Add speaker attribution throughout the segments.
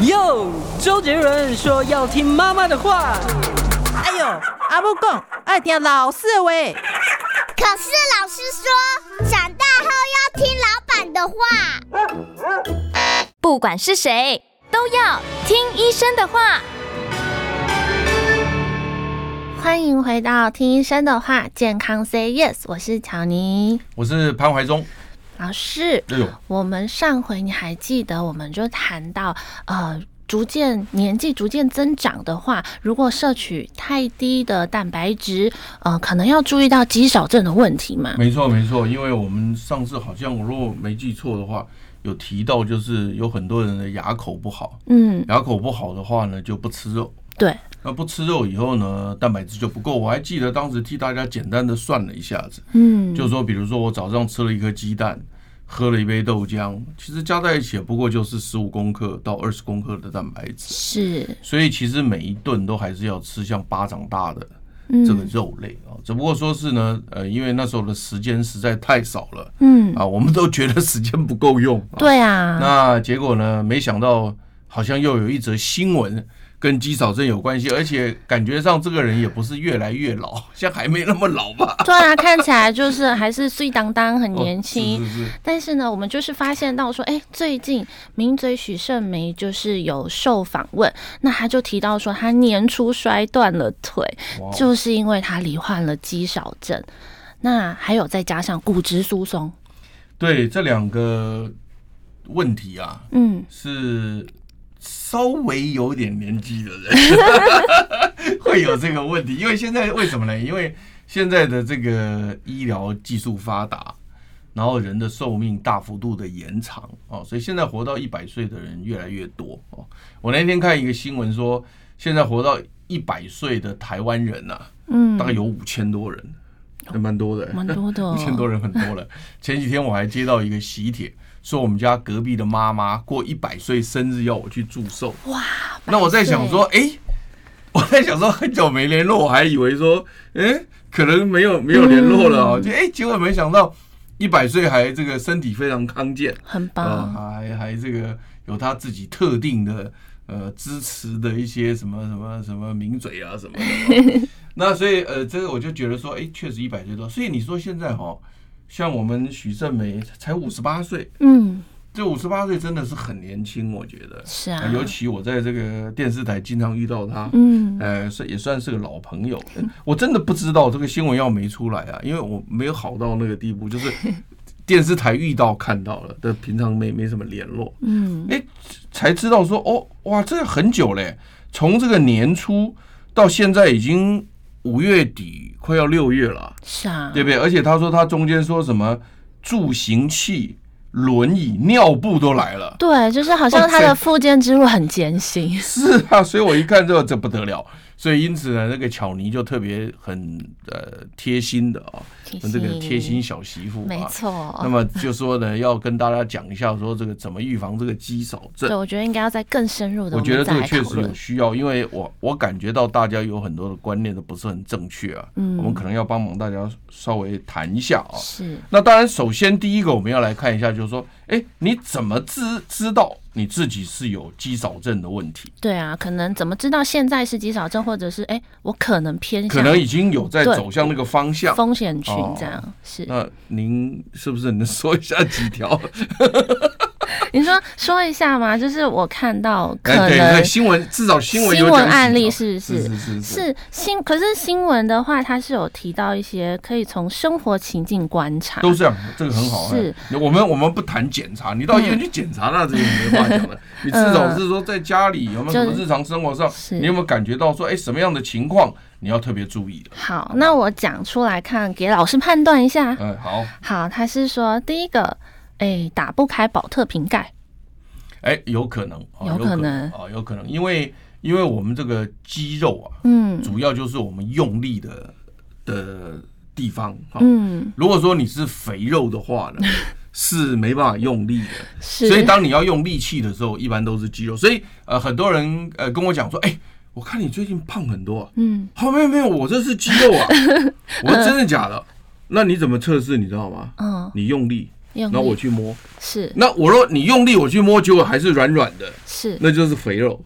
Speaker 1: 哟，周杰伦说要听妈妈的话。
Speaker 2: 哎呦，阿母讲爱听老师的话。
Speaker 3: 可是老师说，长大后要听老板的
Speaker 4: 话。不管是谁，都要听医生的话。
Speaker 5: 欢迎回到听医生的话，健康 Say Yes，我是乔尼，
Speaker 6: 我是潘怀忠。
Speaker 5: 老师，
Speaker 6: 哎呦，
Speaker 5: 我们上回你还记得，我们就谈到呃。逐渐年纪逐渐增长的话，如果摄取太低的蛋白质，呃，可能要注意到肌少症的问题嘛。
Speaker 6: 没错，没错，因为我们上次好像我如果没记错的话，有提到就是有很多人的牙口不好，
Speaker 5: 嗯，
Speaker 6: 牙口不好的话呢就不吃肉，
Speaker 5: 对，
Speaker 6: 那不吃肉以后呢，蛋白质就不够。我还记得当时替大家简单的算了一下子，
Speaker 5: 嗯，
Speaker 6: 就说比如说我早上吃了一颗鸡蛋。喝了一杯豆浆，其实加在一起也不过就是十五公克到二十公克的蛋白质，
Speaker 5: 是，
Speaker 6: 所以其实每一顿都还是要吃像巴掌大的
Speaker 5: 嗯，
Speaker 6: 这个肉类啊，只不过说是呢，呃，因为那时候的时间实在太少了
Speaker 5: 嗯，
Speaker 6: 啊，我们都觉得时间不够用。啊，
Speaker 5: 对啊，
Speaker 6: 那结果呢，没想到好像又有一则新闻跟肌少症有关系，而且感觉上这个人也不是越来越老， 像还没那么老吧？
Speaker 5: 对啊，看起来就是还是碎当当，很年轻。
Speaker 6: 哦是是是，
Speaker 5: 但是呢，我们就是发现到说，哎、最近名嘴许胜梅就是有受访问，那他就提到说，他年初摔断了腿，
Speaker 6: 哇哦
Speaker 5: 就是因为他罹患了肌少症，那还有再加上骨质疏松，
Speaker 6: 对这两个问题啊，
Speaker 5: 嗯，
Speaker 6: 是稍微有点年纪的人 会有这个问题，因为现在为什么呢？因为现在的这个医疗技术发达，然后人的寿命大幅度的延长哦，所以现在活到一百岁的人越来越多哦。我那天看一个新闻说，现在活到一百岁的台湾人呐、
Speaker 5: 嗯
Speaker 6: 大概有五千多人，还蛮多的，
Speaker 5: 蛮多的 哦
Speaker 6: 五千多人很多 了。前几天我还接到一个喜帖，说我们家隔壁的妈妈过一百岁生日要我去祝寿。
Speaker 5: 哇，
Speaker 6: 那我在想说，
Speaker 5: 百岁，
Speaker 6: 诶，我在想说很久没联络，我还以为说，诶，可能没有没有联络了
Speaker 5: 嗯
Speaker 6: 哦，就诶，结果没想到一百岁还这个身体非常康健，
Speaker 5: 很
Speaker 6: 呃，
Speaker 5: 棒，
Speaker 6: 还还这个有他自己特定的呃支持的一些什么什么什么名嘴啊什么的 哦。那所以呃，这个我就觉得说，哎，确实一百岁多。所以你说现在哈、哦，像我们许胜梅才五十八岁，
Speaker 5: 嗯，
Speaker 6: 这五十八岁真的是很年轻，我觉得。
Speaker 5: 是啊
Speaker 6: 呃，尤其我在这个电视台经常遇到他，
Speaker 5: 嗯，
Speaker 6: 呃，算也算是个老朋友。呃我真的不知道这个新闻要没出来啊，因为我没有好到那个地步，就是 电视台遇到看到了，但平常没没什么联络。
Speaker 5: 嗯，
Speaker 6: 哎，才知道说哦，哇，这很久嘞，从这个年初到现在已经五月底，快要六月了，
Speaker 5: 是啊，
Speaker 6: 对不对？而且他说他中间说什么助行器、轮椅、尿布都来了。
Speaker 5: 对，就是好像他的复健之路很艰辛，
Speaker 6: 是啊，所以我一看之后，这不得了。所以因此呢，那个巧妮就特别很呃贴心的啊、
Speaker 5: 贴心
Speaker 6: 这个贴心小媳妇、啊，
Speaker 5: 没。错，
Speaker 6: 那么就说呢，要跟大家讲一下，说这个怎么预防这个肌少症
Speaker 5: 对，。我觉得应该要再更深入的，
Speaker 6: 我觉得这
Speaker 5: 再
Speaker 6: 个
Speaker 5: 来
Speaker 6: 确
Speaker 5: 讨
Speaker 6: 实
Speaker 5: 论
Speaker 6: 有。需要，因为我我感觉到大家有很多的观念都不是很正确啊，
Speaker 5: 嗯
Speaker 6: 我们可能要帮忙大家稍微谈一下啊。
Speaker 5: 是，
Speaker 6: 那当然，首先第一个我们要来看一下，就是说，哎，你怎么知知道你自己是有肌少症的问题？
Speaker 5: 对啊，可能怎么知道现在是肌少症，或者是哎、我可能偏向
Speaker 6: 可能已经有在
Speaker 5: 对
Speaker 6: 走向那个方向。
Speaker 5: 风险群
Speaker 6: 哦
Speaker 5: 这样、是。
Speaker 6: 那您是不是能说一下几 条？哎
Speaker 5: 你说说一下嘛，就是我看到可
Speaker 6: 哎，对，
Speaker 5: 能
Speaker 6: 对，新闻至少新闻有
Speaker 5: 新
Speaker 6: 讲
Speaker 5: 闻
Speaker 6: 几
Speaker 5: 案例
Speaker 6: 条
Speaker 5: 是
Speaker 6: 是
Speaker 5: 是
Speaker 6: 是
Speaker 5: 是啊新，可是新闻的话，它是有提到一些可以从生活情境观察，
Speaker 6: 都这样，这个很好。
Speaker 5: 是
Speaker 6: 哎，我们我们不谈检查，你到医院去检查，那这个没话讲了。你至少是说在家里有没有
Speaker 5: 嗯就
Speaker 6: 什么日常生活上，
Speaker 5: 是
Speaker 6: 你有没有感觉到说，哎，什么样的情况你要特别注意 的？
Speaker 5: 好，那我讲出来看，给老师判断一下。
Speaker 6: 嗯，好，
Speaker 5: 好，他是说第一个，哎、打不开保特瓶盖，
Speaker 6: 哎，有可能，哦
Speaker 5: 有可能
Speaker 6: 啊，哦有可能，因为因为我们这个肌肉啊，
Speaker 5: 嗯
Speaker 6: 主要就是我们用力的的地方。哈
Speaker 5: 嗯，
Speaker 6: 如果说你是肥肉的话 呢，是没办法用力的。
Speaker 5: 是，
Speaker 6: 所以当你要用力气的时候，一般都是肌肉。所以呃，很多人呃跟我讲说，哎、我看你最近胖很多、啊。
Speaker 5: 嗯，
Speaker 6: 好，没有没有，我这是 肌肉啊。我说真的假的？那你怎么测试？你知道吗？
Speaker 5: 嗯
Speaker 6: 你用力，
Speaker 5: 用
Speaker 6: 然后我
Speaker 5: 力
Speaker 6: 去摸。
Speaker 5: 是
Speaker 6: 那我说你用力我去摸，结果还是软软的，
Speaker 5: 是
Speaker 6: 那就是肥肉。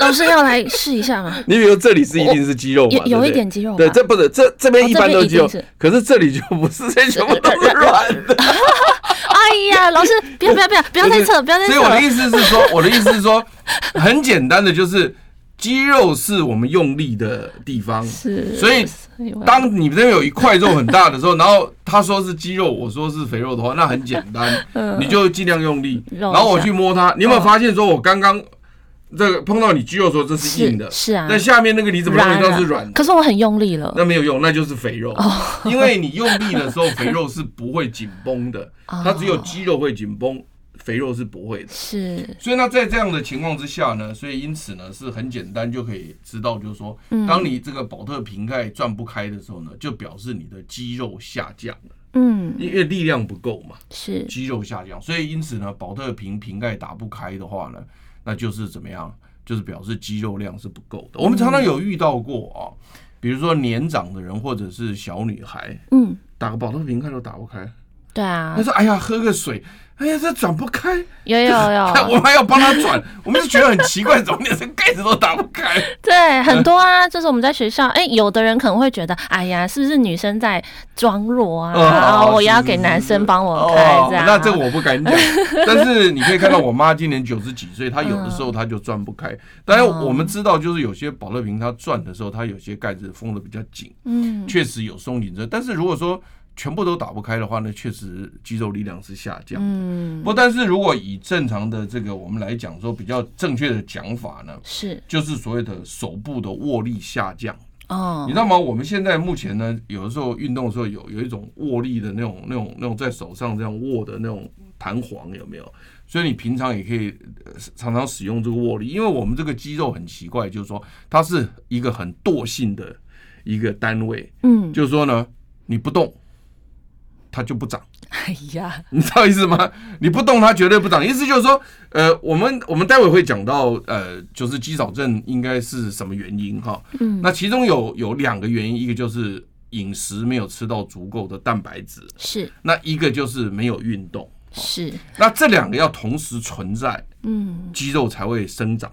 Speaker 5: 老师要来试一下吗？
Speaker 6: 你比如这里是一定是肌肉嘛，对
Speaker 5: 有
Speaker 6: 不对
Speaker 5: 有一点肌肉吧
Speaker 6: 对，这不是这这边一般都是肌肉
Speaker 5: 哦这边一定是，
Speaker 6: 可是这里就不是，这 全部都是软的。
Speaker 5: 哎呀， 老师不要不要不要不要再测，不要再
Speaker 6: 所以我的
Speaker 5: 测，
Speaker 6: 意思是说， 我的意思是说，很简单的就是，肌肉是我们用力的地方，
Speaker 5: 是
Speaker 6: 所以
Speaker 5: 所以我要
Speaker 6: 当你那边有一块肉很大的时候，然后他说是肌肉，我说是肥肉的话，那很简 单，
Speaker 5: 嗯
Speaker 6: 你就尽量用力，
Speaker 5: 揉一下
Speaker 6: 然后我去摸它。你有没有发现说，我刚刚这个碰到你肌肉的时候，这是硬的，
Speaker 5: 是啊
Speaker 6: 那下面那个你怎么认为它是软的？
Speaker 5: 可是我很用力了，
Speaker 6: 那没有用，那就是肥肉，因为你用力的时候，肥肉是不会紧绷的，它只有肌肉会紧绷，肥肉是不会的。
Speaker 5: 是
Speaker 6: 所以那在这样的情况之下呢，所以因此呢是很简单就可以知道，就是说，当你这个保特瓶盖转不开的时候呢，就表示你的肌肉下降了，
Speaker 5: 嗯
Speaker 6: 因为力量不够嘛，
Speaker 5: 是
Speaker 6: 肌肉下降，所以因此呢，保特瓶瓶盖打不开的话呢，那就是怎么样，就是表示肌肉量是不够的。我们常常有遇到过啊，比如说年长的人或者是小女孩，
Speaker 5: 嗯
Speaker 6: 打个保特瓶盖都打不开，
Speaker 5: 对啊
Speaker 6: 她，说：“哎呀，喝个水，哎呀，这转不开。”
Speaker 5: 有有
Speaker 6: 看 我
Speaker 5: 有，
Speaker 6: 们还要帮他转，我们就觉得很奇怪，怎么连这盖子都打不开？
Speaker 5: 对很多啊，就是我们在学校，哎，有的人可能会觉得，哎呀，是不是女生在装弱啊？啊，我要给男生帮我开
Speaker 6: 哦
Speaker 5: 这样，啊
Speaker 6: 那这个我不敢 讲，但是你可以看到我妈今年九十几岁，她有的时候她就转不开。当然
Speaker 5: 嗯
Speaker 6: 我们知道，就是有些保乐瓶它转的时候，它有些盖子封的比较紧，
Speaker 5: 嗯
Speaker 6: 确实有松紧这。但是如果说全部都打不开的话，那确实肌肉力量是下降。
Speaker 5: 嗯
Speaker 6: 不，但是如果以正常的这个我们来讲说比较正确的讲法呢，
Speaker 5: 是
Speaker 6: 就是所谓的手部的握力下降。
Speaker 5: 哦
Speaker 6: 你知道吗？我们现在目前呢，有的时候运动的时候有有一种握力的那种、那种、那种在手上这样握的那种弹簧，有没有？所以你平常也可以呃常常使用这个握力，因为我们这个肌肉很奇怪，就是说它是一个很惰性的一个单位，
Speaker 5: 嗯
Speaker 6: 就是说呢，你不动，它就不长。
Speaker 5: 哎呀
Speaker 6: 你知道意思吗？你不动它绝对不长，意思就是说，呃，我们我们待会会讲到，呃，就是肌少症应该是什么原因哈？嗯，那其中有有两个原因，一个就是饮食没有吃到足够的蛋白质，
Speaker 5: 是
Speaker 6: 那一个就是没有运动，
Speaker 5: 是
Speaker 6: 那这两个要同时存在，
Speaker 5: 嗯
Speaker 6: 肌肉才会生长。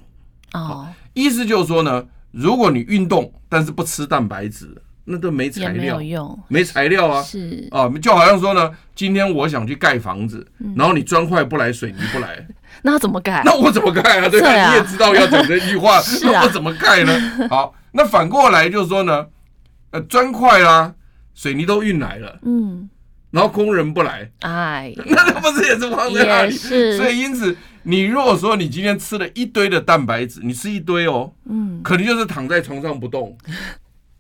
Speaker 5: 哦
Speaker 6: 意思就是说呢，如果你运动但是不吃蛋白质，那都没
Speaker 5: 也
Speaker 6: 材
Speaker 5: 没
Speaker 6: 料
Speaker 5: 有，用
Speaker 6: 没材料啊，
Speaker 5: 是
Speaker 6: 啊，就好像说呢，今天我想去盖房子，
Speaker 5: 嗯
Speaker 6: 然后你砖块不来，水泥不来，
Speaker 5: 那怎么改？
Speaker 6: 那我怎么盖啊？对吧？
Speaker 5: 对啊
Speaker 6: 你也知道要讲这句话，
Speaker 5: 是啊
Speaker 6: 那我怎么盖呢？好，那反过来就是说呢，呃，砖块啦，水泥都运来了，
Speaker 5: 嗯
Speaker 6: 然后工人不来，
Speaker 5: 哎
Speaker 6: 那那不是也是荒在那
Speaker 5: 也
Speaker 6: 里？
Speaker 5: 是
Speaker 6: 所以因此，你如果说你今天吃了一堆的蛋白质，你吃一堆哦，
Speaker 5: 嗯
Speaker 6: 可能就是躺在床上不动，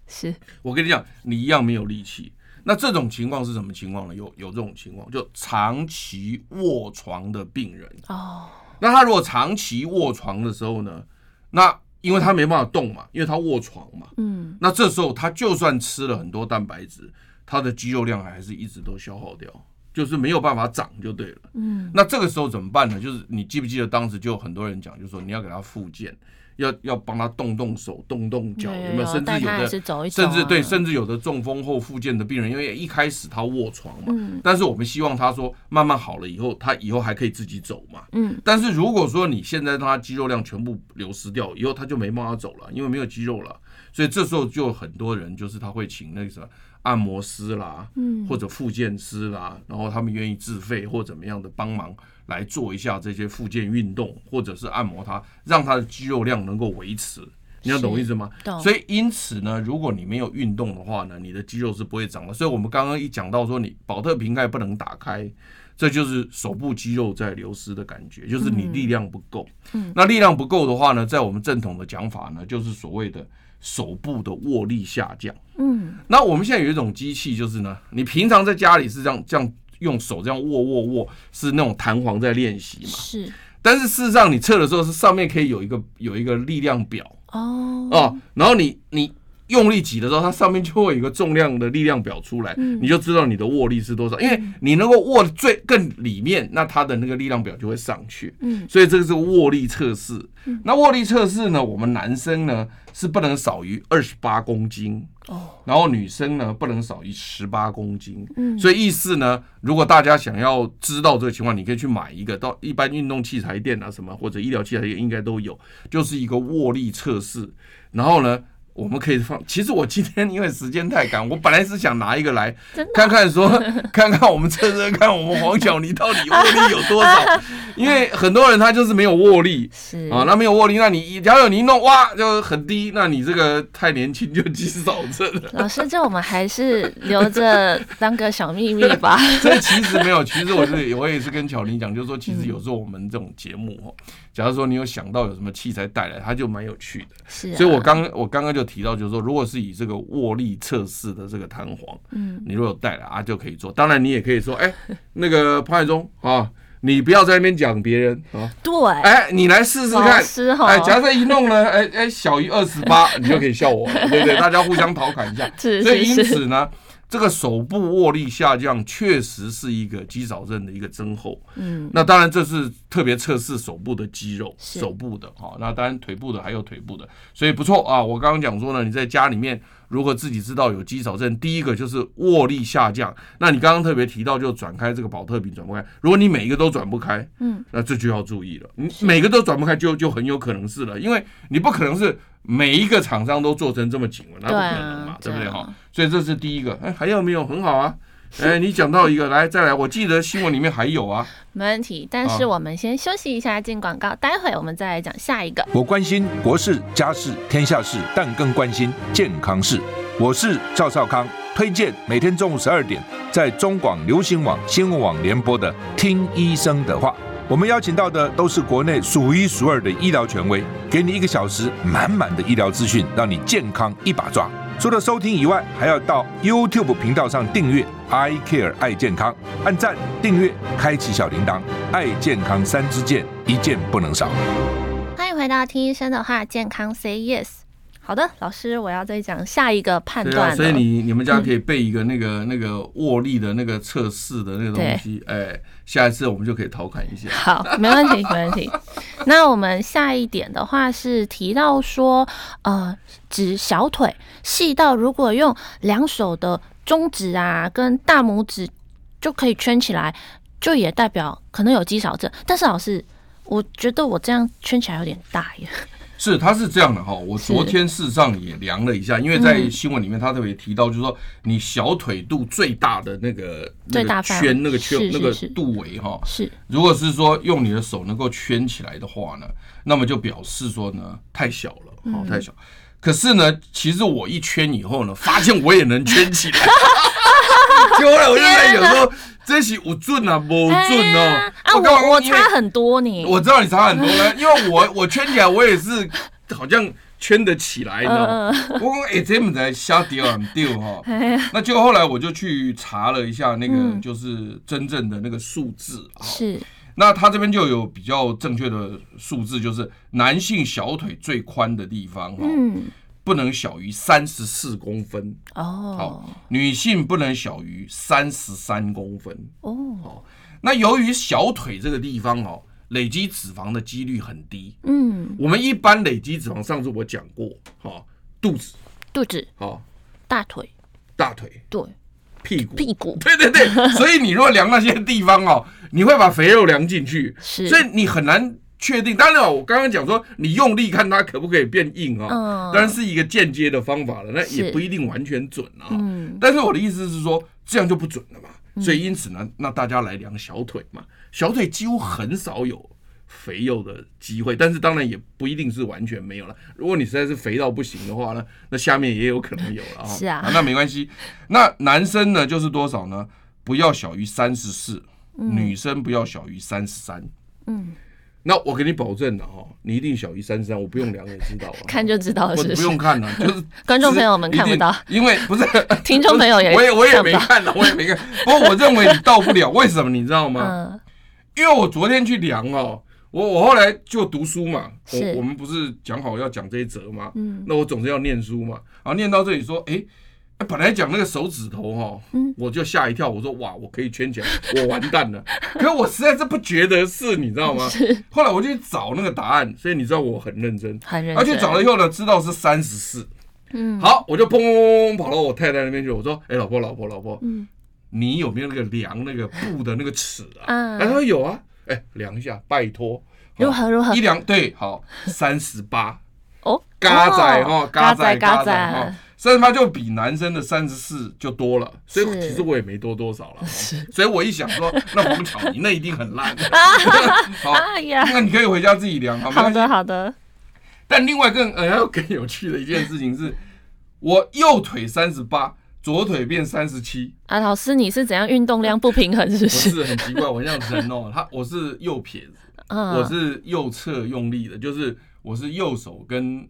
Speaker 5: 是
Speaker 6: 我跟你讲，你一样没有力气。那这种情况是什么情况呢？有有这种情况，就长期卧床的病人。
Speaker 5: 哦
Speaker 6: 那他如果长期卧床的时候呢，那因为他没办法动嘛，因为他卧床嘛，
Speaker 5: 嗯
Speaker 6: 那这时候他就算吃了很多蛋白质，他的肌肉量还是一直都消耗掉，就是没有办法长就对了。
Speaker 5: 嗯
Speaker 6: 那这个时候怎么办呢？就是你记不记得当时就有很多人讲，就说你要给他复健，要要帮他动动手、动动脚，
Speaker 5: 有
Speaker 6: 有
Speaker 5: 有
Speaker 6: 没有？
Speaker 5: 有
Speaker 6: 甚至
Speaker 5: 带
Speaker 6: 有
Speaker 5: 他
Speaker 6: 的
Speaker 5: 还是走一走
Speaker 6: 甚至对，
Speaker 5: 啊
Speaker 6: 甚至有的中风后复健的病人，因为一开始他卧床嘛，
Speaker 5: 嗯
Speaker 6: 但是我们希望他说慢慢好了以后，他以后还可以自己走嘛。
Speaker 5: 嗯
Speaker 6: 但是如果说你现在让他肌肉量全部流失掉，以后他就没办法走了，因为没有肌肉了。所以这时候就有很多人就是他会请那个什么按摩师啦，
Speaker 5: 嗯
Speaker 6: 或者复健师啦，然后他们愿意自费或怎么样的帮忙来做一下这些复健运动，或者是按摩他，让他的肌肉量能够维持。你要懂我意思吗？
Speaker 5: 懂
Speaker 6: 所以因此呢，如果你没有运动的话呢，你的肌肉是不会长的。所以我们刚刚一讲到说，你保特瓶盖不能打开，这就是手部肌肉在流失的感觉，就是
Speaker 5: 嗯
Speaker 6: 你力量不够。那力量不够的话呢，在我们正统的讲法呢，就是所谓的手部的握力下降。
Speaker 5: 嗯
Speaker 6: 那我们现在有一种机器，就是呢，你平常在家里是这样这样用手这样握握握，是那种弹簧在练习嘛。
Speaker 5: 是
Speaker 6: 但是事实上，你测的时候是上面可以有一个有一个力量表
Speaker 5: 哦
Speaker 6: 哦，然后你你用力挤的时候，它上面就会有一个重量的力量表出来，
Speaker 5: 嗯
Speaker 6: 你就知道你的握力是多少。因为你能够握得最更里面，那它的那个力量表就会上去。
Speaker 5: 嗯，
Speaker 6: 所以这个是握力测试。那握力测试呢，我们男生呢是不能少于二十八公斤
Speaker 5: 哦，
Speaker 6: 然后女生呢不能少于十八公斤。
Speaker 5: 嗯
Speaker 6: 所以意思呢，如果大家想要知道这个情况，你可以去买一个到一般运动器材店啊什么或者医疗器材店应该都有，就是一个握力测试。然后呢，我们可以放。其实我今天因为时间太赶，我本来是想拿一个来
Speaker 5: 真的
Speaker 6: 看看说，看看我们测测看我们黄小妮到底握力有多少， 因为很多人他就是没有握力。
Speaker 5: 是
Speaker 6: 啊，那没有握力，那你假如你一弄哇就很低，那你这个太年轻就肌少症 了。
Speaker 5: 老师，这我们还是留着当个小秘密 吧。
Speaker 6: 这其实没有，其实我是我也是跟巧玲讲，就是说其实有时候我们这种节目哦，假如说你有想到有什么器材带来，它就蛮有趣的。
Speaker 5: 是、啊，
Speaker 6: 所以我刚我刚刚就提到，就是说，如果是以这个握力测试的这个弹簧，
Speaker 5: 嗯，
Speaker 6: 你如果有带了啊，就可以做。当然，你也可以说，哎， 那个潘海忠啊，你不要在那边讲别人啊，
Speaker 5: 对，
Speaker 6: 哎，你来试试
Speaker 5: 老
Speaker 6: 看
Speaker 5: 师哦。
Speaker 6: 哎，假设一弄呢， 哎哎，小于二十八，你就可以笑我了，对 不对？大家互相调侃一下。
Speaker 5: 是
Speaker 6: 所以因
Speaker 5: 是是，
Speaker 6: 此呢，这个手部握力下降确实是一个肌少症的一个症候。
Speaker 5: 嗯，
Speaker 6: 那当然，这是特别测试手部的肌肉，
Speaker 5: 是
Speaker 6: 手部的哈、那当然，腿部的还有腿部的，所以不错啊。我刚刚讲说呢，你在家里面如何自己知道有肌少症，第一个就是握力下降。那你刚刚特别提到，就转开这个保特瓶转不开，如果你每一个都转不开，
Speaker 5: 嗯，
Speaker 6: 那这就要注意了。你每个都转不开就，就很有可能是了，因为你不可能是每一个厂商都做成这么紧了，那不
Speaker 5: 对
Speaker 6: 可
Speaker 5: 啊
Speaker 6: 能嘛，对
Speaker 5: 对
Speaker 6: 不对
Speaker 5: 啊
Speaker 6: 哈、所以这是第一个。哎，还有没有？很好啊。哎，你讲到一个，来再来，我记得新闻里面还有啊。
Speaker 5: 没问题。但是我们先休息一下，进广告，待会我们再来讲下一个。
Speaker 7: 我关心国事、家事、天下事，但更关心健康事。我是赵少康，推荐每天中午十二点在中广流行网、新闻网联播的《听医生的话》。我们邀请到的都是国内数一数二的医疗权威，给你一个小时满满的医疗资讯，让你健康一把抓。除了收听以外，还要到 YouTube 频道上订阅 “I Care 爱健康”，按赞、订阅、开启小铃铛，爱健康三支箭，一件不能少。
Speaker 5: 欢迎回到听医生的话，健康 Say Yes。好的，老师，我要再讲下一个判
Speaker 6: 对
Speaker 5: 断
Speaker 6: 啊，
Speaker 5: 了。嗯
Speaker 6: 所以你你们家可以备一个那个、那个握力的那个测试的那个东西，哎，下一次我们就可以调侃一下。
Speaker 5: 好，没问题，没问题。那我们下一点的话是提到说，呃，指小腿细到如果用两手的中指啊跟大拇指就可以圈起来，就也代表可能有肌少症。但是老师，我觉得我这样圈起来有点大耶。
Speaker 6: 是，它是这样的哈，我
Speaker 5: 是
Speaker 6: 昨天事实上也量了一下，因为在
Speaker 5: 嗯
Speaker 6: 新闻里面他特别提到，就是说你小腿肚最大的那个那
Speaker 5: 最
Speaker 6: 个
Speaker 5: 大范围
Speaker 6: 圈那个圈
Speaker 5: 是
Speaker 6: 那个
Speaker 5: 是是
Speaker 6: 肚围哈，
Speaker 5: 是，
Speaker 6: 如果是说用你的手能够圈起来的话呢，那么就表示说呢太小了，
Speaker 5: 嗯
Speaker 6: 哦太小。可是呢，其实我一圈以后呢，发现我也能圈起来。 结果后来我就在有时候这是有准啊，不准哦
Speaker 5: 啊。啊，
Speaker 6: 干嘛
Speaker 5: 我我
Speaker 6: 因为
Speaker 5: 差很多呢。
Speaker 6: 我知道你差很多呢，因为我我圈起来我也是好像圈得起来，你知道
Speaker 5: 嗯
Speaker 6: 吗？我讲哎，这么在瞎丢啊丢 哈。那就后来我就去查了一下那个
Speaker 5: 哎嗯
Speaker 6: 就是真正的那个数字啊。
Speaker 5: 是
Speaker 6: 那它这边就有比较正确的数字，就是男性小腿最宽的地方哈、
Speaker 5: 嗯
Speaker 6: 不能小于三十四公分，
Speaker 5: 哦
Speaker 6: 好，女性不能小于三十三公分。
Speaker 5: 哦
Speaker 6: 那由于小腿这个地方哦，累积脂肪的几率很低。
Speaker 5: 嗯，
Speaker 6: 我们一般累积脂肪，上次我讲过，哈、肚子，
Speaker 5: 肚子、
Speaker 6: 哈、
Speaker 5: 大腿、
Speaker 6: 大腿、
Speaker 5: 对
Speaker 6: 屁股，
Speaker 5: 屁股
Speaker 6: 对对对，所以你如果量那些地方哦，你会把肥肉量进去，
Speaker 5: 是
Speaker 6: 所以你很难确定。当然哦了，我刚刚讲说你用力看它可不可以变硬啊、
Speaker 5: 嗯
Speaker 6: 当然是一个间接的方法了，那也
Speaker 5: 是
Speaker 6: 不一定完全准啊、
Speaker 5: 嗯
Speaker 6: 但是我的意思是说，这样就不准了嘛。所以因此呢，那大家来量小腿嘛，小腿几乎很少有。肥肉的机会，但是当然也不一定是完全没有了。如果你实在是肥到不行的话呢，那下面也有可能有了、哦。
Speaker 5: 是啊
Speaker 6: 那没关系。那男生呢，就是多少呢？不要小于三十四，女生不要小于三十三。
Speaker 5: 嗯，
Speaker 6: 那我给你保证了哈，你一定小于三十三，我不用量也知道啊。
Speaker 5: 看就知道了，
Speaker 6: 我
Speaker 5: 是不
Speaker 6: 不
Speaker 5: 是？
Speaker 6: 用看了，就是
Speaker 5: 观众朋友们看不到
Speaker 6: 一定因为不是
Speaker 5: 听众朋友也
Speaker 6: 我也我也
Speaker 5: 看不
Speaker 6: 没
Speaker 5: 到
Speaker 6: 看了，我也没看。不过我认为你到不了，为什么你知道吗？
Speaker 5: 嗯。
Speaker 6: 因为我昨天去量哦，我我后来就读书嘛，
Speaker 5: 是
Speaker 6: 我我们不是讲好要讲这一则嘛，
Speaker 5: 嗯
Speaker 6: 那我总是要念书嘛，然后念到这里说，哎、啊本来讲那个手指头哈，
Speaker 5: 嗯
Speaker 6: 我就吓一跳，我说哇，我可以圈起来，我完蛋了。 可是我实在是不觉得是，你知道吗？后来我就去找那个答案，所以你知道我很认真，
Speaker 5: 很认
Speaker 6: 而且
Speaker 5: 真。
Speaker 6: 找了以后呢，知道是三十四。
Speaker 5: 嗯，
Speaker 6: 好，我就砰砰砰砰跑到我太太那边去，我说：“哎、老婆，老婆，老婆，
Speaker 5: 嗯
Speaker 6: 你有没有那个量那个布的那个尺啊？”
Speaker 5: 嗯
Speaker 6: 哎她说有啊，哎、量一下，拜托。好
Speaker 5: 如何如何
Speaker 6: 一量对，好，三十八，
Speaker 5: 哦，
Speaker 6: 嘎仔哈，
Speaker 5: 哦
Speaker 6: 嘎仔
Speaker 5: 仔
Speaker 6: 嘎
Speaker 5: 嘎
Speaker 6: 仔哦哈，三十八就比男生的三十四就多了，所以
Speaker 5: 是
Speaker 6: 其实我也没多多少了。哦所以我一想说， 那王巧你那一定很 烂。 好，
Speaker 5: 哎呀，
Speaker 6: 那你可以回家自己量，好吗？
Speaker 5: 好的好的，
Speaker 6: 但另外更呃要更有趣的一件事情是， 我右腿三十八，左腿变三十七，
Speaker 5: 啊，老师你是怎样运动量不平衡是不
Speaker 6: 我
Speaker 5: 是？
Speaker 6: 是很奇怪，我像人哦，他我是右撇子，
Speaker 5: 嗯，
Speaker 6: 我是右侧用力的，就是我是右手跟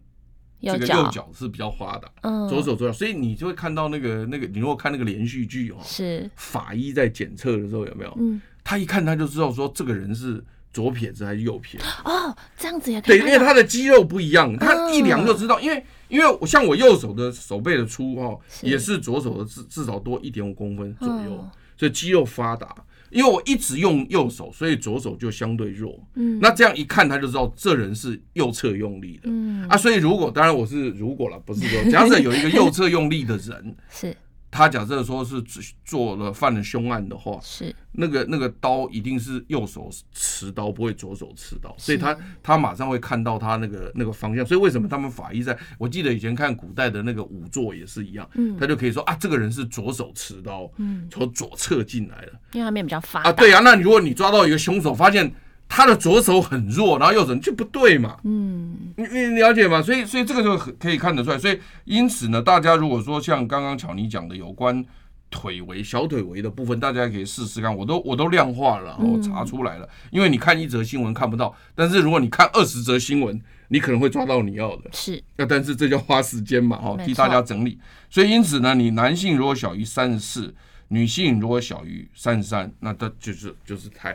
Speaker 6: 这
Speaker 5: 右
Speaker 6: 个
Speaker 5: 脚
Speaker 6: 右脚是比较发达，
Speaker 5: 嗯
Speaker 6: 左手左脚，所以你就会看到那个那个，你如果看那个连续剧哦，
Speaker 5: 是
Speaker 6: 法医在检测的时候有没有？
Speaker 5: 嗯
Speaker 6: 他一看他就知道说这个人是左撇子还是右撇子。
Speaker 5: 哦，这样子也可
Speaker 6: 对，
Speaker 5: 以
Speaker 6: 因
Speaker 5: 看
Speaker 6: 为
Speaker 5: 到
Speaker 6: 他的肌肉不一样，他
Speaker 5: 嗯
Speaker 6: 一量就知道。因为因为我像我右手的手背的粗哦，
Speaker 5: 是
Speaker 6: 也是左手的至至少多一点五公分左右
Speaker 5: 嗯，
Speaker 6: 所以肌肉发达。因为我一直用右手，所以左手就相对弱。
Speaker 5: 嗯
Speaker 6: 那这样一看，他就知道这人是右侧用力的。
Speaker 5: 嗯
Speaker 6: 啊，所以如果当然我是如果了，不是说，假设有一个右侧用力的人，
Speaker 5: 是
Speaker 6: 他假设说是做了犯了凶案的话，
Speaker 5: 是
Speaker 6: 那个那个刀一定是右手持刀，不会左手持刀，所以他他马上会看到他那个那个方向。所以为什么他们法医在？我记得以前看古代的那个仵作也是一样，他就可以说啊，这个人是左手持刀，从左侧进来了
Speaker 5: 因为他面比较发达
Speaker 6: 啊。对啊，那如果你抓到一个凶手，发现他的左手很弱，然后右手就不对嘛，
Speaker 5: 嗯
Speaker 6: 你你了解吗？所以所以这个就很可以看得出来。所以因此呢，大家如果说像刚刚巧妮讲的有关腿围、小腿围的部分，大家可以试试看。我都我都量化了，
Speaker 5: 嗯
Speaker 6: 我查出来了。因为你看一则新闻看不到，但是如果你看二十则新闻，你可能会抓到你要的。
Speaker 5: 是
Speaker 6: 那但是这叫花时间嘛，哦，
Speaker 5: 没错
Speaker 6: 替大家整理。所以因此呢，你男性如果小于三十四，女性如果小于三十三，那他就是就是太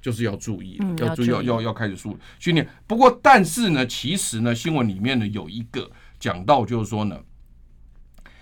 Speaker 6: 就是要注意了，
Speaker 5: 嗯
Speaker 6: 要
Speaker 5: 要
Speaker 6: 注意要
Speaker 5: 注意
Speaker 6: 要要开始训训练。不过但是呢，其实呢，新闻里面呢有一个讲到就是说呢，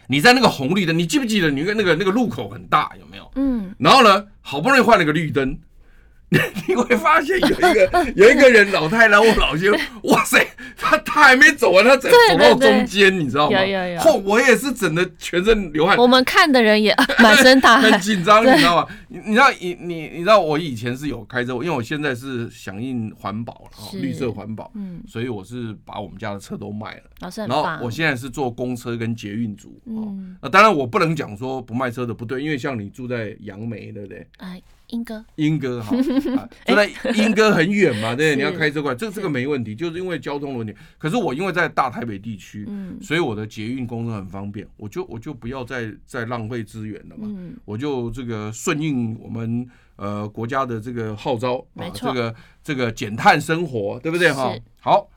Speaker 6: 你在那个红绿灯，你记不记得你那个那个那个路口很大，有没有？
Speaker 5: 嗯
Speaker 6: 然后呢，好不容易换了个绿灯， 你会发现有一个 有一个人老太太或老先生，哇塞，他他还没走完，他整走
Speaker 5: 对对
Speaker 6: 到中间，你知道吗？
Speaker 5: 有有有
Speaker 6: 嚯我也是整的全身流汗
Speaker 5: 我。们看的 人也满身大
Speaker 6: 很
Speaker 5: 汗
Speaker 6: 紧 张，你知道吗？你你知道你你你知道我以前是有开车，因为我现在是响应环保了，哦
Speaker 5: 是
Speaker 6: 绿色环保，
Speaker 5: 嗯
Speaker 6: 所以我是把我们家的车都卖了。
Speaker 5: 老师很
Speaker 6: 然后
Speaker 5: 棒
Speaker 6: 我现在是坐公车跟捷运组，哦
Speaker 5: 嗯，
Speaker 6: 那当然我不能讲说不卖车的不对，因为像你住在杨梅，对不对？
Speaker 5: 哎英哥
Speaker 6: 莺歌 好，啊就在莺歌很远嘛，对，
Speaker 5: 是
Speaker 6: 你要开车过来，这这个没问题，就是因为交通的问题。可是我因为在大台北地区，
Speaker 5: 嗯
Speaker 6: 所以我的捷运公司很方便，我就我就不要再再浪费资源了嘛，
Speaker 5: 嗯
Speaker 6: 我就这个顺应我们呃国家的这个号召啊
Speaker 5: 没，错
Speaker 6: 这个这个减碳生活，对不对哈
Speaker 5: 是？
Speaker 6: 好，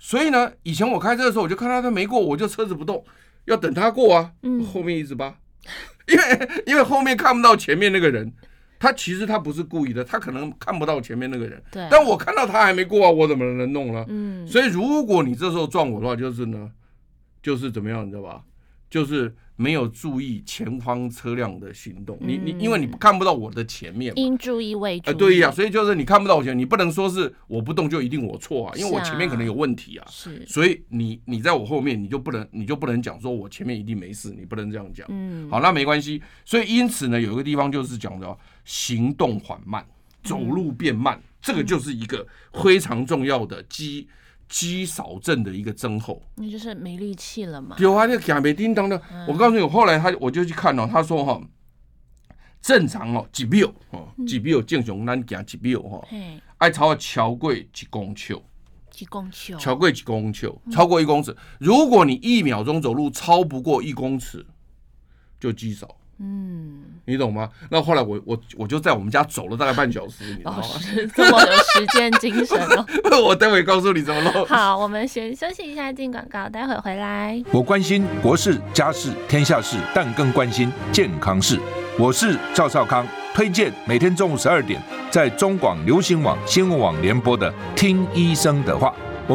Speaker 6: 所以呢，以前我开车的时候，我就看到他没过，我就车子不动，要等他过啊，
Speaker 5: 嗯
Speaker 6: 后面一直扒， 因为因为后面看不到前面那个人。他其实他不是故意的，他可能看不到前面那个人，
Speaker 5: 对
Speaker 6: 但我看到他还没过啊，我怎么能弄呢？
Speaker 5: 嗯
Speaker 6: 所以如果你这时候撞我的话，就是呢，就是怎么样，你知道吧？就是没有注意前方车辆的行动，你你因为你看不到我的前面嘛，
Speaker 5: 应注意未嗯注
Speaker 6: 呃，
Speaker 5: 意
Speaker 6: 对呀、所以就是你看不到我前面，你不能说是我不动就一定我错啊，因为我
Speaker 5: 是啊
Speaker 6: 前面可能有问题啊。
Speaker 5: 是
Speaker 6: 所以你你在我后面，你就不能你就不能讲说我前面一定没事，你不能这样讲。
Speaker 5: 嗯
Speaker 6: 好，那没关系。所以因此呢，有一个地方就是讲的哦行动缓慢，走路变慢，
Speaker 5: 嗯
Speaker 6: 这个就是一个非常重要的肌肌少症的一个症候。
Speaker 5: 那就是没力气了嘛
Speaker 6: 有啊，那假没叮当的，
Speaker 5: 嗯
Speaker 6: 我告诉你，我后来他我就去看哦，他说哈、正常哦，几秒哦，几秒正常咱行几秒哈，
Speaker 5: 嗯嘿
Speaker 6: 爱超超过一公尺。哦
Speaker 5: 几公球
Speaker 6: 超过几公尺，超过一公尺。如果你一秒钟走路超不过一公尺，就肌少，
Speaker 5: 嗯
Speaker 6: 你懂吗？那后来我我我就在我们家走了大概半小时，你知道
Speaker 5: 老
Speaker 6: 吗？
Speaker 5: 师这么有实践精神哦
Speaker 6: 我待会告诉你怎么弄。
Speaker 5: 好我们先休息一下进广告待会回来。
Speaker 7: 我关心国事、家事、天下事，但更关心健康事。我是赵少康，推荐每天中午十二点在中广流行网新闻网联播的《听医生的话》。我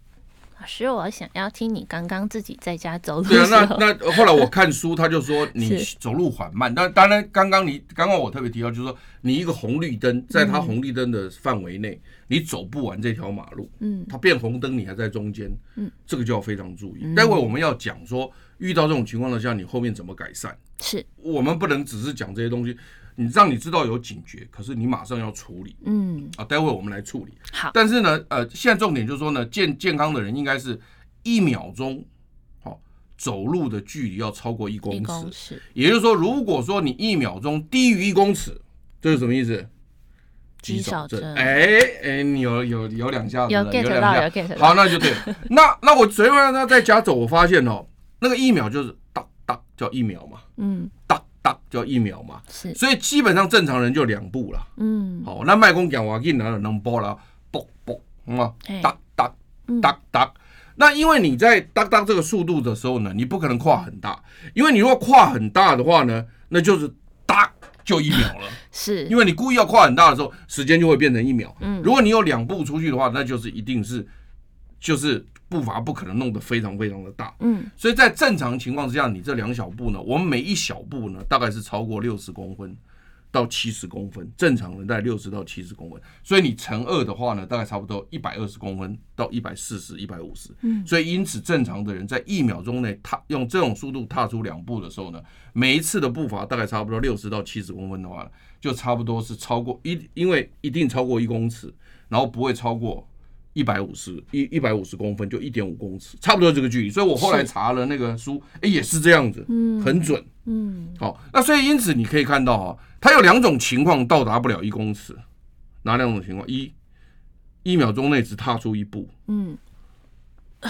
Speaker 5: 老师，我想要听你刚刚自己在家走路
Speaker 6: 对
Speaker 5: 的
Speaker 6: 啊，
Speaker 5: 时候，
Speaker 6: 那那后来我看书，他就说你
Speaker 5: 是
Speaker 6: 走路缓慢。那当然，刚刚你刚刚我特别提到，就是说你一个红绿灯，在
Speaker 5: 嗯
Speaker 6: 它红绿灯的范围内，你走不完这条马路，
Speaker 5: 嗯
Speaker 6: 它变红灯，你还在中间，
Speaker 5: 嗯，
Speaker 6: 这个就要非常注意。待会我们要讲说，遇到这种情况的下，你后面怎么改善？
Speaker 5: 是
Speaker 6: 我们不能只是讲这些东西，你让你知道有警觉，可是你马上要处理
Speaker 5: 嗯
Speaker 6: 啊。待会我们来处理。
Speaker 5: 好
Speaker 6: 但是呢，呃，现在重点就是说呢，健健康的人应该是一秒钟，好、走路的距离要超过一公
Speaker 5: 一
Speaker 6: 尺。
Speaker 5: 公尺
Speaker 6: 也就是说，如果说你一秒钟低于一公尺，这是什么意思？
Speaker 5: 肌少症
Speaker 6: 哎哎，你有有有两下子了，
Speaker 5: 有 get
Speaker 6: 两
Speaker 5: 到
Speaker 6: 下
Speaker 5: 有 get 到
Speaker 6: 好，那就对了。 那那我昨天晚上在家走，我发现哦，那个一秒就是哒哒叫一秒嘛，
Speaker 5: 嗯
Speaker 6: 哒哒叫一秒嘛，
Speaker 5: 是
Speaker 6: 所以基本上正常人就两步了。
Speaker 5: 嗯
Speaker 6: 好，那卖公讲话给拿能波了，啵啵嗯啊
Speaker 5: 哎，
Speaker 6: 哒哒
Speaker 5: 嗯
Speaker 6: 哒哒。那因为你在哒哒这个速度的时候呢，你不可能跨很大，因为你如果跨很大的话呢，那就是哒就一秒了，
Speaker 5: 是
Speaker 6: 因为你故意要跨很大的时候，时间就会变成一秒。
Speaker 5: 嗯
Speaker 6: 如果你有两步出去的话，那就是一定是就是步伐不可能弄得非常非常的大。
Speaker 5: 嗯
Speaker 6: 所以在正常情况之下，你这两小步呢，我们每一小步呢，大概是超过六十公分到七十公分，正常人在六十到七十公分，所以你乘二的话呢，大概差不多一百二十公分到一百四十、一百五十。
Speaker 5: 嗯
Speaker 6: 所以因此，正常的人在一秒钟内踏用这种速度踏出两步的时候呢，每一次的步伐大概差不多六十到七十公分的话，就差不多是超过一，因为一定超过一公尺，然后不会超过一百五十一一百五十公分，就一点五公尺，差不多这个距离。所以我后来查了那个书，哎，也是这样子，
Speaker 5: 嗯
Speaker 6: 很准。
Speaker 5: 嗯
Speaker 6: 好、那所以因此你可以看到哈、它有两种情况到达不了一公尺，哪两种情况？一一秒钟内只踏出一 步，
Speaker 5: 嗯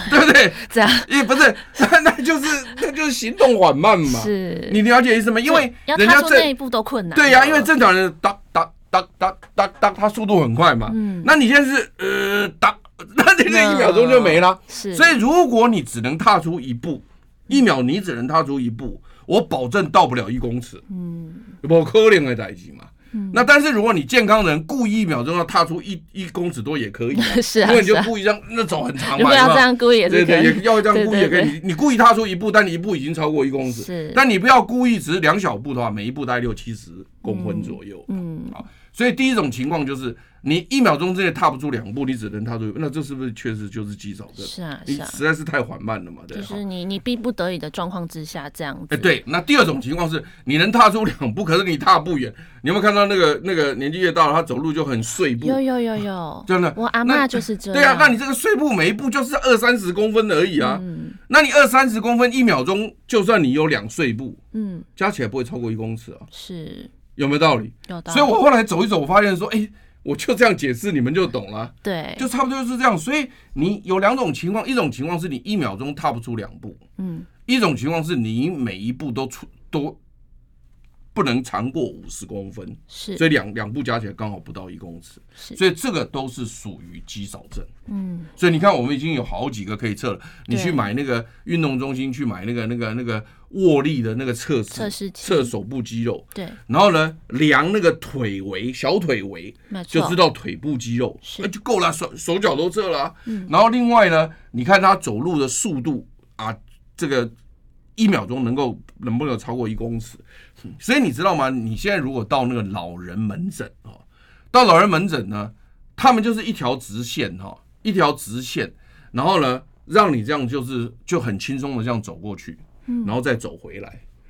Speaker 6: 对不对？
Speaker 5: 这样
Speaker 6: 也不是， 那就是那就是行动缓慢嘛。
Speaker 5: 是
Speaker 6: 你了解意思吗？因为
Speaker 5: 要
Speaker 6: 人家
Speaker 5: 踏出那一
Speaker 6: 正
Speaker 5: 步都困难
Speaker 6: 对呀、
Speaker 5: 了
Speaker 6: 因为正常人哒哒哒哒哒哒，他速度很快嘛。
Speaker 5: 嗯
Speaker 6: 那你现在是呃哒， 那这个一秒钟就没了。
Speaker 5: 是
Speaker 6: 所以如果你只能踏出一步，一秒你只能踏出一步，我保证到不了一公尺。
Speaker 5: 嗯
Speaker 6: 不可能的代志嘛。那但是如果你健康人故意一秒钟要踏出一一公尺多也可以、啊，
Speaker 5: 是啊
Speaker 6: 因为你就是
Speaker 5: 啊
Speaker 6: 故意这样那走很长嘛，
Speaker 5: 如果要
Speaker 6: 是吧
Speaker 5: 这样估也是
Speaker 6: 对
Speaker 5: 可
Speaker 6: 对，
Speaker 5: 以
Speaker 6: 也要这样故意也可以。
Speaker 5: 对对
Speaker 6: 你你故意踏出一步，但你一步已经超过一公尺，
Speaker 5: 是
Speaker 6: 但你不要故意只是两小步的话，每一步大概六七十公分左右。
Speaker 5: 嗯
Speaker 6: 所以第一种情况就是你一秒钟之内踏不出两步，你只能踏出一步，那这是不是确实就是肌少症？
Speaker 5: 是啊
Speaker 6: 你
Speaker 5: 是啊，
Speaker 6: 实在是太缓慢了嘛，对
Speaker 5: 就
Speaker 6: 哈
Speaker 5: 是你你逼不得已的状况之下这样
Speaker 6: 哎，
Speaker 5: 子
Speaker 6: 对，那第二种情况是你能踏出两步，可是你踏不远。你有没有看到那个那个年纪越大了，他走路就很碎步？
Speaker 5: 有有有有
Speaker 6: 真的
Speaker 5: 我阿
Speaker 6: 那
Speaker 5: 嬷就是这样
Speaker 6: 对啊，那你这个碎步每一步就是二三十公分而已啊。
Speaker 5: 嗯
Speaker 6: 那你二三十公分一秒钟，就算你有两碎步，
Speaker 5: 嗯
Speaker 6: 加起来不会超过一公尺啊，
Speaker 5: 是
Speaker 6: 有没有道理？
Speaker 5: 有道理，
Speaker 6: 所以我后来走一走，我发现说，哎、我就这样解释，你们就懂了，
Speaker 5: 对
Speaker 6: 就差不多就是这样。所以你有两种情况，一种情况是你一秒钟踏不出两步，
Speaker 5: 嗯
Speaker 6: 一种情况是你每一步都出都不能长过五十公分，
Speaker 5: 是
Speaker 6: 所以两两步加起来刚好不到一公尺，
Speaker 5: 是
Speaker 6: 所以这个都是属于肌少症。
Speaker 5: 嗯
Speaker 6: 所以你看，我们已经有好几个可以测了。你
Speaker 5: 对
Speaker 6: 去买那个运动中心去买那个那个那个握力的那个测试
Speaker 5: 测试器
Speaker 6: 测手部肌肉，
Speaker 5: 对
Speaker 6: 然后呢量那个腿围小腿围，
Speaker 5: 没
Speaker 6: 就
Speaker 5: 错
Speaker 6: 知道腿部肌肉，
Speaker 5: 是嗯
Speaker 6: 那就够了，手手脚都这了啊、然后另外呢，你看他走路的速度啊，这个一秒钟能够能不能超过一公尺？嗯所以你知道吗？你现在如果到那个老人门诊啊、哦，到老人门诊呢，他们就是一条直线哈、哦，一条直线，然后呢，让你这样就是就很轻松的这样走过去，
Speaker 5: 嗯
Speaker 6: 然后再走回来，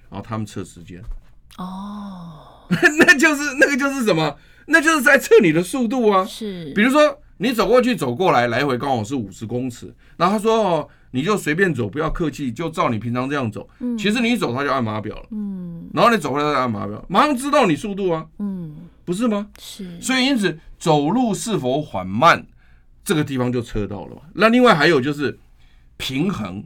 Speaker 6: 然后他们测时间。
Speaker 5: 哦
Speaker 6: 那就是那个就是什么？那就是在测你的速度啊。
Speaker 5: 是
Speaker 6: 比如说你走过去走过来，来回刚好是五十公尺，然后他说哦，你就随便走，不要客气，就照你平常这样走。其实你一走他就按码表了，
Speaker 5: 嗯
Speaker 6: 然后你走回来再按码表，马上知道你速度啊，
Speaker 5: 嗯
Speaker 6: 不是吗？
Speaker 5: 是
Speaker 6: 所以因此走路是否缓慢，这个地方就测到了嘛。那另外还有就是平衡，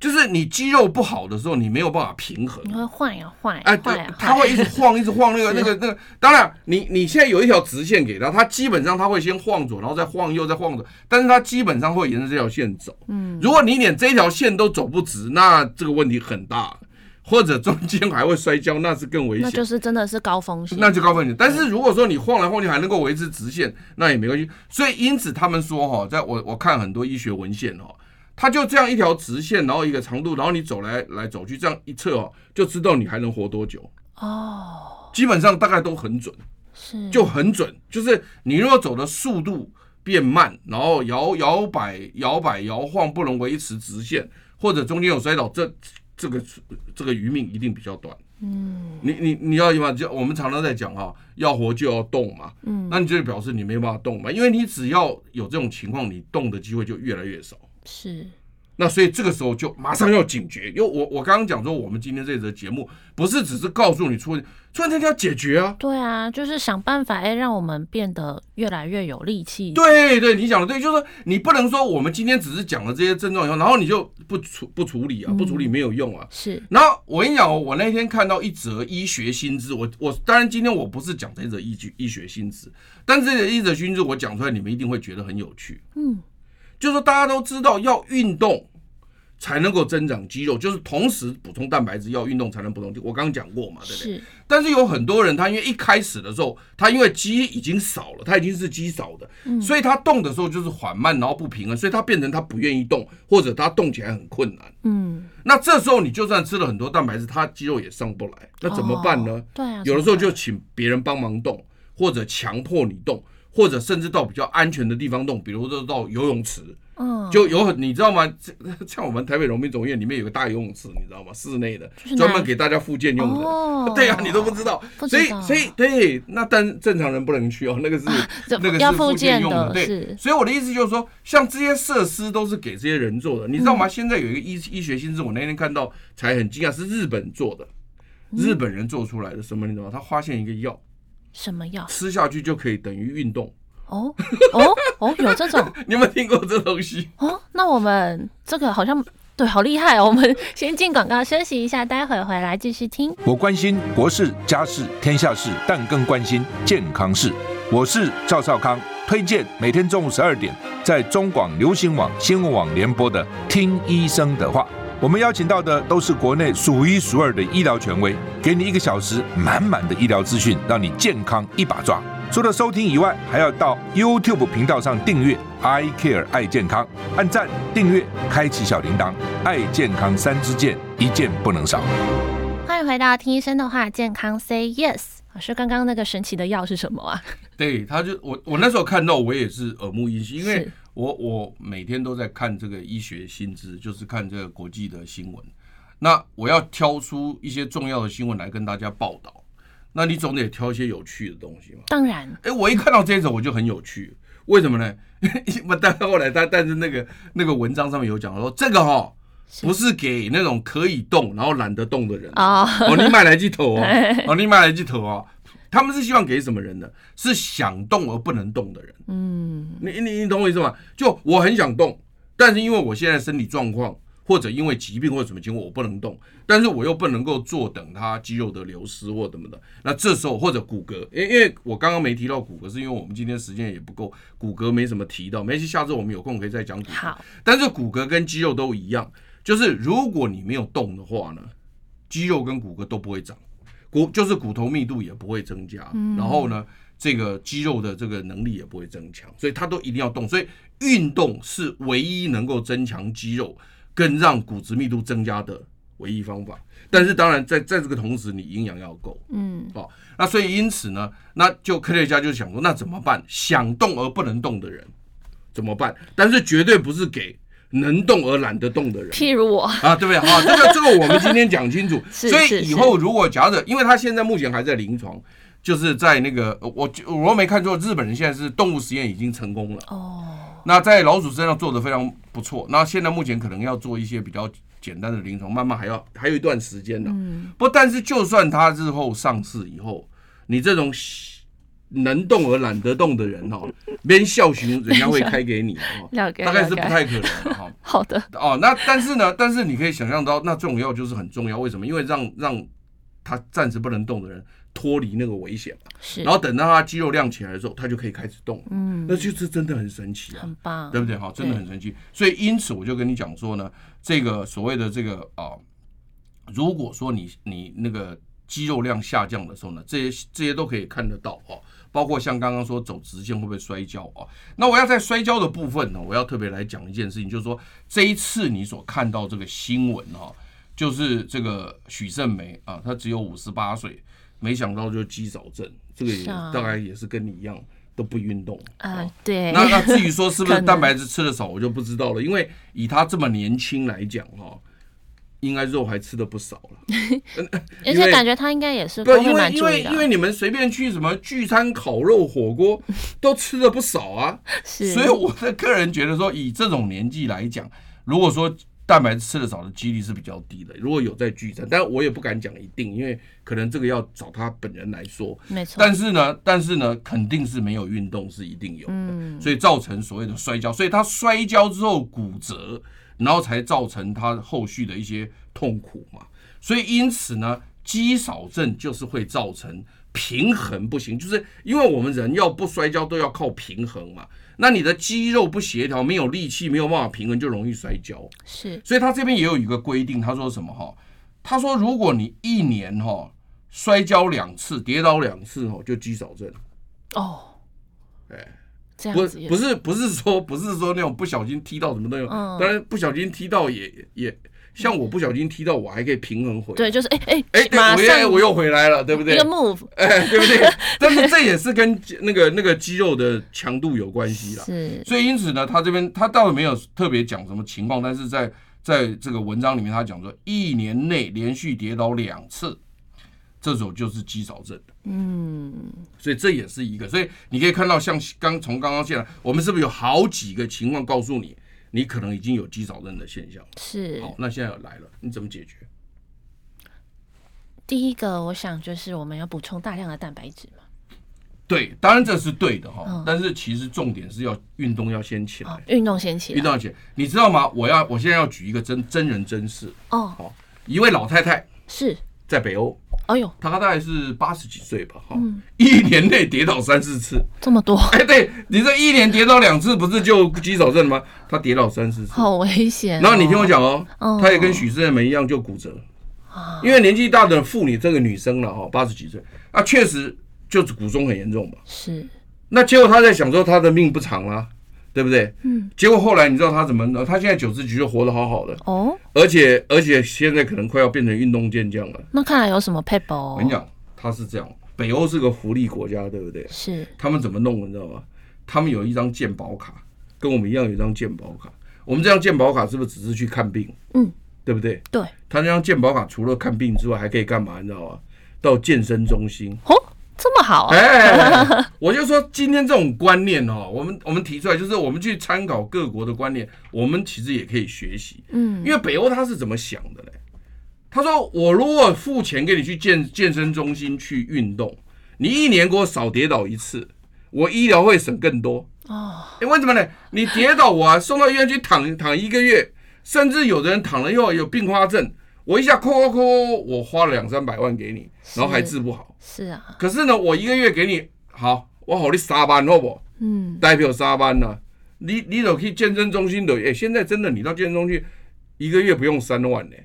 Speaker 6: 就是你肌肉不好的时候，你没有办法平衡。啊
Speaker 5: 你会啊晃呀晃呀
Speaker 6: 哎，
Speaker 5: 晃
Speaker 6: 对
Speaker 5: 呀，
Speaker 6: 他
Speaker 5: 晃
Speaker 6: 会一
Speaker 5: 呀，
Speaker 6: 直晃，一 直晃那
Speaker 5: 啊
Speaker 6: 个那个那个。当然，你你现在有一条直线给他，他基本上他会先晃左，然后再晃右，再晃左，但是他基本上会沿着这条线走。嗯，如果你连这条线都走不直，那这个问题很大，或者中间还会摔跤，那是更危
Speaker 5: 那就
Speaker 6: 险。
Speaker 5: 是真的是高风险。
Speaker 6: 那就高风险，但是如果说你晃来晃去还能够维持直线，那也没关系。所以因此他们说哈、在我我看很多医学文献哈、他就这样一条直线，然后一个长度，然后你走来来走去，这样一测哦，就知道你还能活多久。
Speaker 5: 哦，
Speaker 6: 基本上大概都很准，
Speaker 5: 是
Speaker 6: 就很准。就是你如果走的速度变慢，然后摇摇摆、摇摆、摇晃，不能维持直线，或者中间有摔倒，这这个这个余命一定比较短。嗯，你你你要嘛，就我们常常在讲哈、要活就要动嘛。嗯，那你就表示你没有办法动嘛，因为你只要有这种情况，你动的机会就越来越少。
Speaker 5: 是
Speaker 6: 那所以这个时候就马上要警觉，因为我我刚刚讲说，我们今天这则节目不是只是告诉你出问题，出问题要解决啊，
Speaker 5: 对啊，就是想办法哎、让我们变得越来越有力气。
Speaker 6: 对对，你讲的对，就是说你不能说我们今天只是讲了这些症状以后，然后你就不处不处理啊，
Speaker 5: 嗯
Speaker 6: 不处理没有用啊。
Speaker 5: 是
Speaker 6: 然后我跟你讲哦，我那天看到一则医学新知，我我当然今天我不是讲这则医学医学新知，但是这则医学新知我讲出来，你们一定会觉得很有趣。
Speaker 5: 嗯，
Speaker 6: 就是说大家都知道要运动才能够增长肌肉，就是同时补充蛋白质，要运动才能补充肌。我刚刚讲过嘛，对不对？
Speaker 5: 是
Speaker 6: 但是有很多人，他因为一开始的时候，他因为肌已经少了，他已经是肌少的，
Speaker 5: 嗯
Speaker 6: 所以他动的时候就是缓慢，然后不平衡，所以他变成他不愿意动，或者他动起来很困难。
Speaker 5: 嗯，
Speaker 6: 那这时候你就算吃了很多蛋白质，他肌肉也上不来，那怎么办呢？
Speaker 5: 哦对啊，
Speaker 6: 有的时
Speaker 5: 怎
Speaker 6: 候
Speaker 5: 么办
Speaker 6: 就请别人帮忙动，或者强迫你动，或者甚至到比较安全的地方动，比如说到游泳池，
Speaker 5: 嗯，
Speaker 6: 就有很你知道吗？ 这像我们台北荣民总医院里面有个大游泳池，你知道吗？室内的
Speaker 5: 就是
Speaker 6: 专门
Speaker 5: 拿
Speaker 6: 给大家复健用的。
Speaker 5: 哦
Speaker 6: 对啊，你都不知道，
Speaker 5: 不知
Speaker 6: 所以
Speaker 5: 道
Speaker 6: 所以对，那但正常人不能去哦， 那个是、
Speaker 5: 这
Speaker 6: 那个
Speaker 5: 要
Speaker 6: 是
Speaker 5: 复
Speaker 6: 附
Speaker 5: 健
Speaker 6: 用
Speaker 5: 的
Speaker 6: 对
Speaker 5: 是。
Speaker 6: 所以我的意思就是说，像这些设施都是给这些人做的，你知
Speaker 5: 嗯
Speaker 6: 道吗？现在有一个医医学新知，我那天看到才很惊讶，是日本做的，
Speaker 5: 嗯
Speaker 6: 日本人做出来的什么？你知道吗？他发现一个药，
Speaker 5: 什么药？
Speaker 6: 吃下去就可以等于运动，
Speaker 5: 哦哦哦，有这种
Speaker 6: 你有没有听过这东西？
Speaker 5: 哦？那我们这个好像对，好厉害哦！我们先进广告休息一下，待会回来继续听。
Speaker 7: 我关心国事、家事、天下事，但更关心健康事。我是赵少康，推荐每天中午十二点在中广流行网、新闻网联播的《听医生的话》。我们邀请到的都是国内数一数二的医疗权威，给你一个小时满满的医疗资讯，让你健康一把抓。除了收听以外，还要到 YouTube 频道上订阅 “I Care 爱健康”，按赞、订阅、开启小铃铛，爱健康三支箭，一件不能少。
Speaker 5: 欢迎回到听医生的话，健康 Say Yes。老师，刚刚那个神奇的药是什么啊？
Speaker 6: 对，他就我我那时候看到我也是耳目一新，因为
Speaker 5: 是
Speaker 6: 我我每天都在看这个医学新知，就是看这个国际的新闻。那我要挑出一些重要的新闻来跟大家报道，那你总得挑一些有趣的东西嘛。
Speaker 5: 当然，
Speaker 6: 哎，我一看到这一种我就很有趣，为什么呢？ 不，但后来他但是那个那个文章上面有讲说，这个哈、不是给那种可以动然后懒得动的人
Speaker 5: 哦
Speaker 6: 哦，你买来去投哦，哦，你买来去投哦。他们是希望给什么人呢？是想动而不能动的人。
Speaker 5: 嗯，
Speaker 6: 你你你懂我意思吗？就我很想动，但是因为我现在身体状况，或者因为疾病或者什么情况，我不能动，但是我又不能够坐等它肌肉的流失或怎么的。那这时候或者骨骼，因因为我刚刚没提到骨骼，是因为我们今天时间也不够，骨骼没什么提到，没关系，下次我们有空可以再讲骨骼。
Speaker 5: 好，
Speaker 6: 但是骨骼跟肌肉都一样，就是如果你没有动的话呢，肌肉跟骨骼都不会长，骨就是骨头密度也不会增加，然后呢，这个肌肉的这个能力也不会增强，所以它都一定要动。所以运动是唯一能够增强肌肉跟让骨质密度增加的唯一方法。但是当然在在这个同时，你营养要够。
Speaker 5: 嗯，
Speaker 6: 哦，那所以因此呢，那就科学家就想说，那怎么办？想动而不能动的人怎么办？但是绝对不是给能动而懒得动的人
Speaker 5: 譬如我，
Speaker 6: 啊，对不对？啊，这个这个我们今天讲清楚。
Speaker 5: 是
Speaker 6: 所
Speaker 5: 是
Speaker 6: 以以后如果假设，因为他现在目前还在临床，就是在那个呃我我若没看错，日本人现在是动物实验已经成功了。
Speaker 5: 哦，
Speaker 6: 那在老鼠身上做的非常不错。那现在目前可能要做一些比较简单的临床，慢慢还要还有一段时间呢。
Speaker 5: 嗯
Speaker 6: 不，但是就算它日 后上市以后，你这种喜能动而懒得动的人哦，连校巡人家会开给你，哦
Speaker 5: 了解
Speaker 6: 大概是
Speaker 5: 了
Speaker 6: 不
Speaker 5: 解
Speaker 6: 太可能的 哈。
Speaker 5: 好的，
Speaker 6: 哦，那但是呢，但是你可以想象到，那这种药就是很重要，为什么？因为让让他暂时不能动的人脱离那个危险嘛，
Speaker 5: 是，
Speaker 6: 然后等到他肌肉量起来的时候，他就可以开始动了，
Speaker 5: 嗯，
Speaker 6: 那就是真的很神奇啊
Speaker 5: 很，棒，
Speaker 6: 对不对？哈，真的很神奇。所以因此我就跟你讲说呢，这个所谓的这个啊、如果说你你那个肌肉量下降的时候呢，这些这些都可以看得到哦。包括像刚刚说走直线会不会摔跤哦？那我要在摔跤的部分呢，我要特别来讲一件事情，就是说这一次你所看到这个新闻哈、哦，就是这个许胜梅啊，她只有五十八岁，没想到就肌少症，这个也
Speaker 5: 是啊
Speaker 6: 大概也是跟你一样都不运 动
Speaker 5: 啊、
Speaker 6: 哦
Speaker 5: 对，
Speaker 6: 那那至于说是不是
Speaker 5: 可能
Speaker 6: 蛋白质吃的少，我就不知道了，因为以他这么年轻来讲哈，应该肉还吃的不少了。
Speaker 5: 而
Speaker 6: 因为
Speaker 5: 且感觉他应该也是
Speaker 6: 对，
Speaker 5: 都
Speaker 6: 因
Speaker 5: 会
Speaker 6: 为
Speaker 5: 蛮
Speaker 6: 因
Speaker 5: 注
Speaker 6: 为
Speaker 5: 意的
Speaker 6: 因为
Speaker 5: 啊，
Speaker 6: 你们随便去什么聚餐、烤肉、火锅， 都吃的不少啊。
Speaker 5: 是，
Speaker 6: 所以我的个人觉得说，以这种年纪来讲，如果说蛋白质吃的少的几率是比较低的。如果有在聚餐，但我也不敢讲一定，因为可能这个要找他本人来说。
Speaker 5: 没错，
Speaker 6: 但是呢，但是呢，肯定是没有运动是一定有的，
Speaker 5: 嗯
Speaker 6: 所以造成所谓的摔跤，所以他摔跤之后骨折，然后才造成他后续的一些痛苦嘛。所以因此呢，肌少症就是会造成平衡不行，就是因为我们人要不摔跤都要靠平衡嘛。那你的肌肉不协调，没有力气，没有办法平衡，就容易摔跤。
Speaker 5: 是
Speaker 6: 所以他这边也有一个规定，他说什么哈？他说如果你一年哈摔跤两次、跌倒两次哦，就肌少症。
Speaker 5: 哦，
Speaker 6: 哎，
Speaker 5: 这
Speaker 6: 不
Speaker 5: 样子也
Speaker 6: 不是不是说不是说那种不小心踢到什么东西，
Speaker 5: 嗯
Speaker 6: 当然不小心踢到也也像我不小心踢到，我还可以平衡回来。
Speaker 5: 对，就是哎哎、
Speaker 6: 哎，对
Speaker 5: 马
Speaker 6: 我
Speaker 5: 上
Speaker 6: 又我又回来了，对不对
Speaker 5: 一个？move
Speaker 6: 哎， 对不对？但是这也是跟肌那个那个肌肉的强度有关系啦。
Speaker 5: 是
Speaker 6: 所以因此呢，他这边他倒没有特别讲什么情况，但是在在这个文章里面，他讲说一年内连续跌倒两次，这种就是肌少症。
Speaker 5: 嗯
Speaker 6: 所以这也是一个，所以你可以看到，像刚从刚刚现在，我们是不是有好几个情况告诉你，你可能已经有肌少症的现象？
Speaker 5: 是
Speaker 6: 好，那现在有来了，你怎么解决？
Speaker 5: 第一个，我想就是我们要补充大量的蛋白质嘛，
Speaker 6: 对，当然这是对的哈
Speaker 5: 嗯，
Speaker 6: 但是其实重点是要运动要先起
Speaker 5: 哦
Speaker 6: 来，，
Speaker 5: 运动先
Speaker 6: 嗯
Speaker 5: 起
Speaker 6: 运
Speaker 5: 来
Speaker 6: 动要起来，你知道吗？我要我现在要举一个真真人真事，
Speaker 5: 哦，
Speaker 6: 好，一位老太太
Speaker 5: 是，
Speaker 6: 在北欧，
Speaker 5: 哎呦，
Speaker 6: 他大概是八十几岁吧，哈、
Speaker 5: 嗯
Speaker 6: 一年内跌倒三四次。
Speaker 5: 这么多，
Speaker 6: 哎，对你这一年跌倒两次，不是就肌少症吗？他跌倒三四次。
Speaker 5: 好危险、哦。
Speaker 6: 然后你听我，讲哦
Speaker 5: 哦，啊
Speaker 6: 他也跟许志梅一样就骨折，因为年纪大的妇女，这个女生了哈，八十几岁，啊，确实就是骨松很严重嘛。
Speaker 5: 是
Speaker 6: 那结果他在想说他的命不长啦、对不对？嗯。结果后来你知道他怎么呢？他现在九十几就活得好好的，
Speaker 5: 哦，
Speaker 6: 而且而且现在可能快要变成运动健将了。
Speaker 5: 那看来有什么 paper？、哦、
Speaker 6: 我跟你讲，他是这样，北欧是个福利国家，对不对？
Speaker 5: 是
Speaker 6: 他们怎么弄，你知道吗？他们有一张健保卡，跟我们一样有一张健保卡。我们这张健保卡是不是只是去看病？
Speaker 5: 嗯，
Speaker 6: 对不对？
Speaker 5: 对，
Speaker 6: 他那张健保卡除了看病之外，还可以干嘛？你知道吗？到健身中心。
Speaker 5: 哦，这么好、啊，
Speaker 6: 哎，我就说今天这种观念哦，我们我们提出来，就是我们去参考各国的观念，我们其实也可以学习。嗯，因为北欧他是怎么想的嘞？他说：“我如果付钱给你去健健身中心去运动，你一年给我少跌倒一次，我医疗会省更多。”
Speaker 5: 哦，
Speaker 6: 哎，为什么呢？你跌倒我、啊、送到医院去躺躺一个月，甚至有的人躺了以后有并发症，我一下扣扣扣，我花了两三百万给你，然后还治不好。
Speaker 5: 是啊，
Speaker 6: 可是呢，我一个月给你好，我好你三班好不好？
Speaker 5: 嗯，
Speaker 6: 代表三班呢、你你得去健身中心的，哎、现在真的你到健身中心一个月不用三万呢、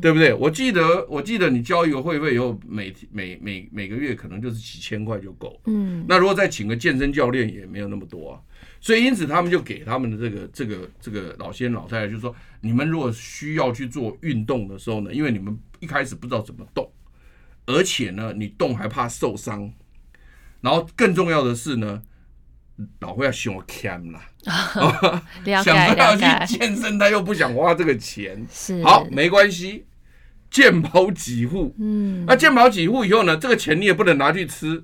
Speaker 6: 对不对？我记得我记得你交一个会费以后，每每每每个月可能就是几千块就够。
Speaker 5: 嗯，
Speaker 6: 那如果再请个健身教练也没有那么多啊，所以因此他们就给他们的这个这个这个老先生老太太就说，你们如果需要去做运动的时候呢，因为你们一开始不知道怎么动，而且呢你动还怕受伤，然后更重要的是呢，老会要想 cam 啦，
Speaker 5: 了解
Speaker 6: 想到
Speaker 5: 了
Speaker 6: 要去
Speaker 5: 解，
Speaker 6: 健身，他又不想花这个钱，
Speaker 5: 是
Speaker 6: 好，没关系，健保几户，
Speaker 5: 嗯，
Speaker 6: 那健保几户以后呢，这个钱你也不能拿去吃，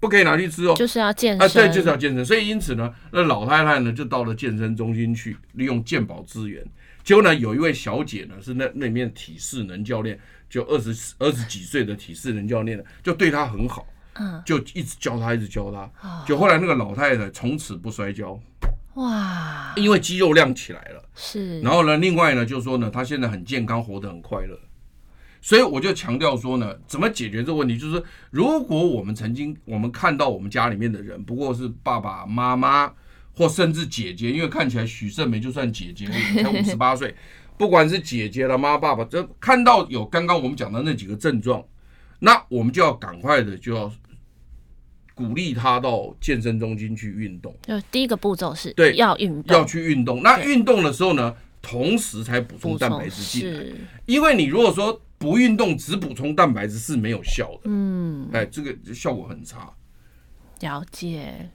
Speaker 6: 不可以拿去吃哦，
Speaker 5: 就是要健身，
Speaker 6: 啊，对，就是要健身。所以因此呢，那老太太呢就到了健身中心去，利用健保资源。结果呢，有一位小姐呢是那那里面的体适能教练，就二十二十几岁的体适能教练呢，就对她很好。
Speaker 5: 嗯，
Speaker 6: 就一直教他，一直教他
Speaker 5: 哦，
Speaker 6: 就后来那个老太太从此不摔跤，
Speaker 5: 哇，
Speaker 6: 因为肌肉量起来了。
Speaker 5: 是，
Speaker 6: 然后呢，另外呢，就是说呢，他现在很健康，活得很快乐。所以我就强调说呢，怎么解决这个问题？就是说如果我们曾经我们看到我们家里面的人，不过是爸爸妈妈或甚至姐姐，因为看起来许胜梅就算姐姐而已，才五十八岁，不管是姐姐了妈爸爸，这看到有刚刚我们讲的那几个症状，那我们就要赶快的就要鼓励他到健身中心去运动。
Speaker 5: 就第一个步骤是
Speaker 6: 对
Speaker 5: 要运动，
Speaker 6: 要去运动。那运动的时候呢，同时才补充
Speaker 5: 补
Speaker 6: 蛋白
Speaker 5: 充
Speaker 6: 质进来，
Speaker 5: 是，
Speaker 6: 因为你如果说不运动只补充蛋白质是没有效的，
Speaker 5: 嗯。
Speaker 6: 哎，这个效果很差。
Speaker 5: 了解。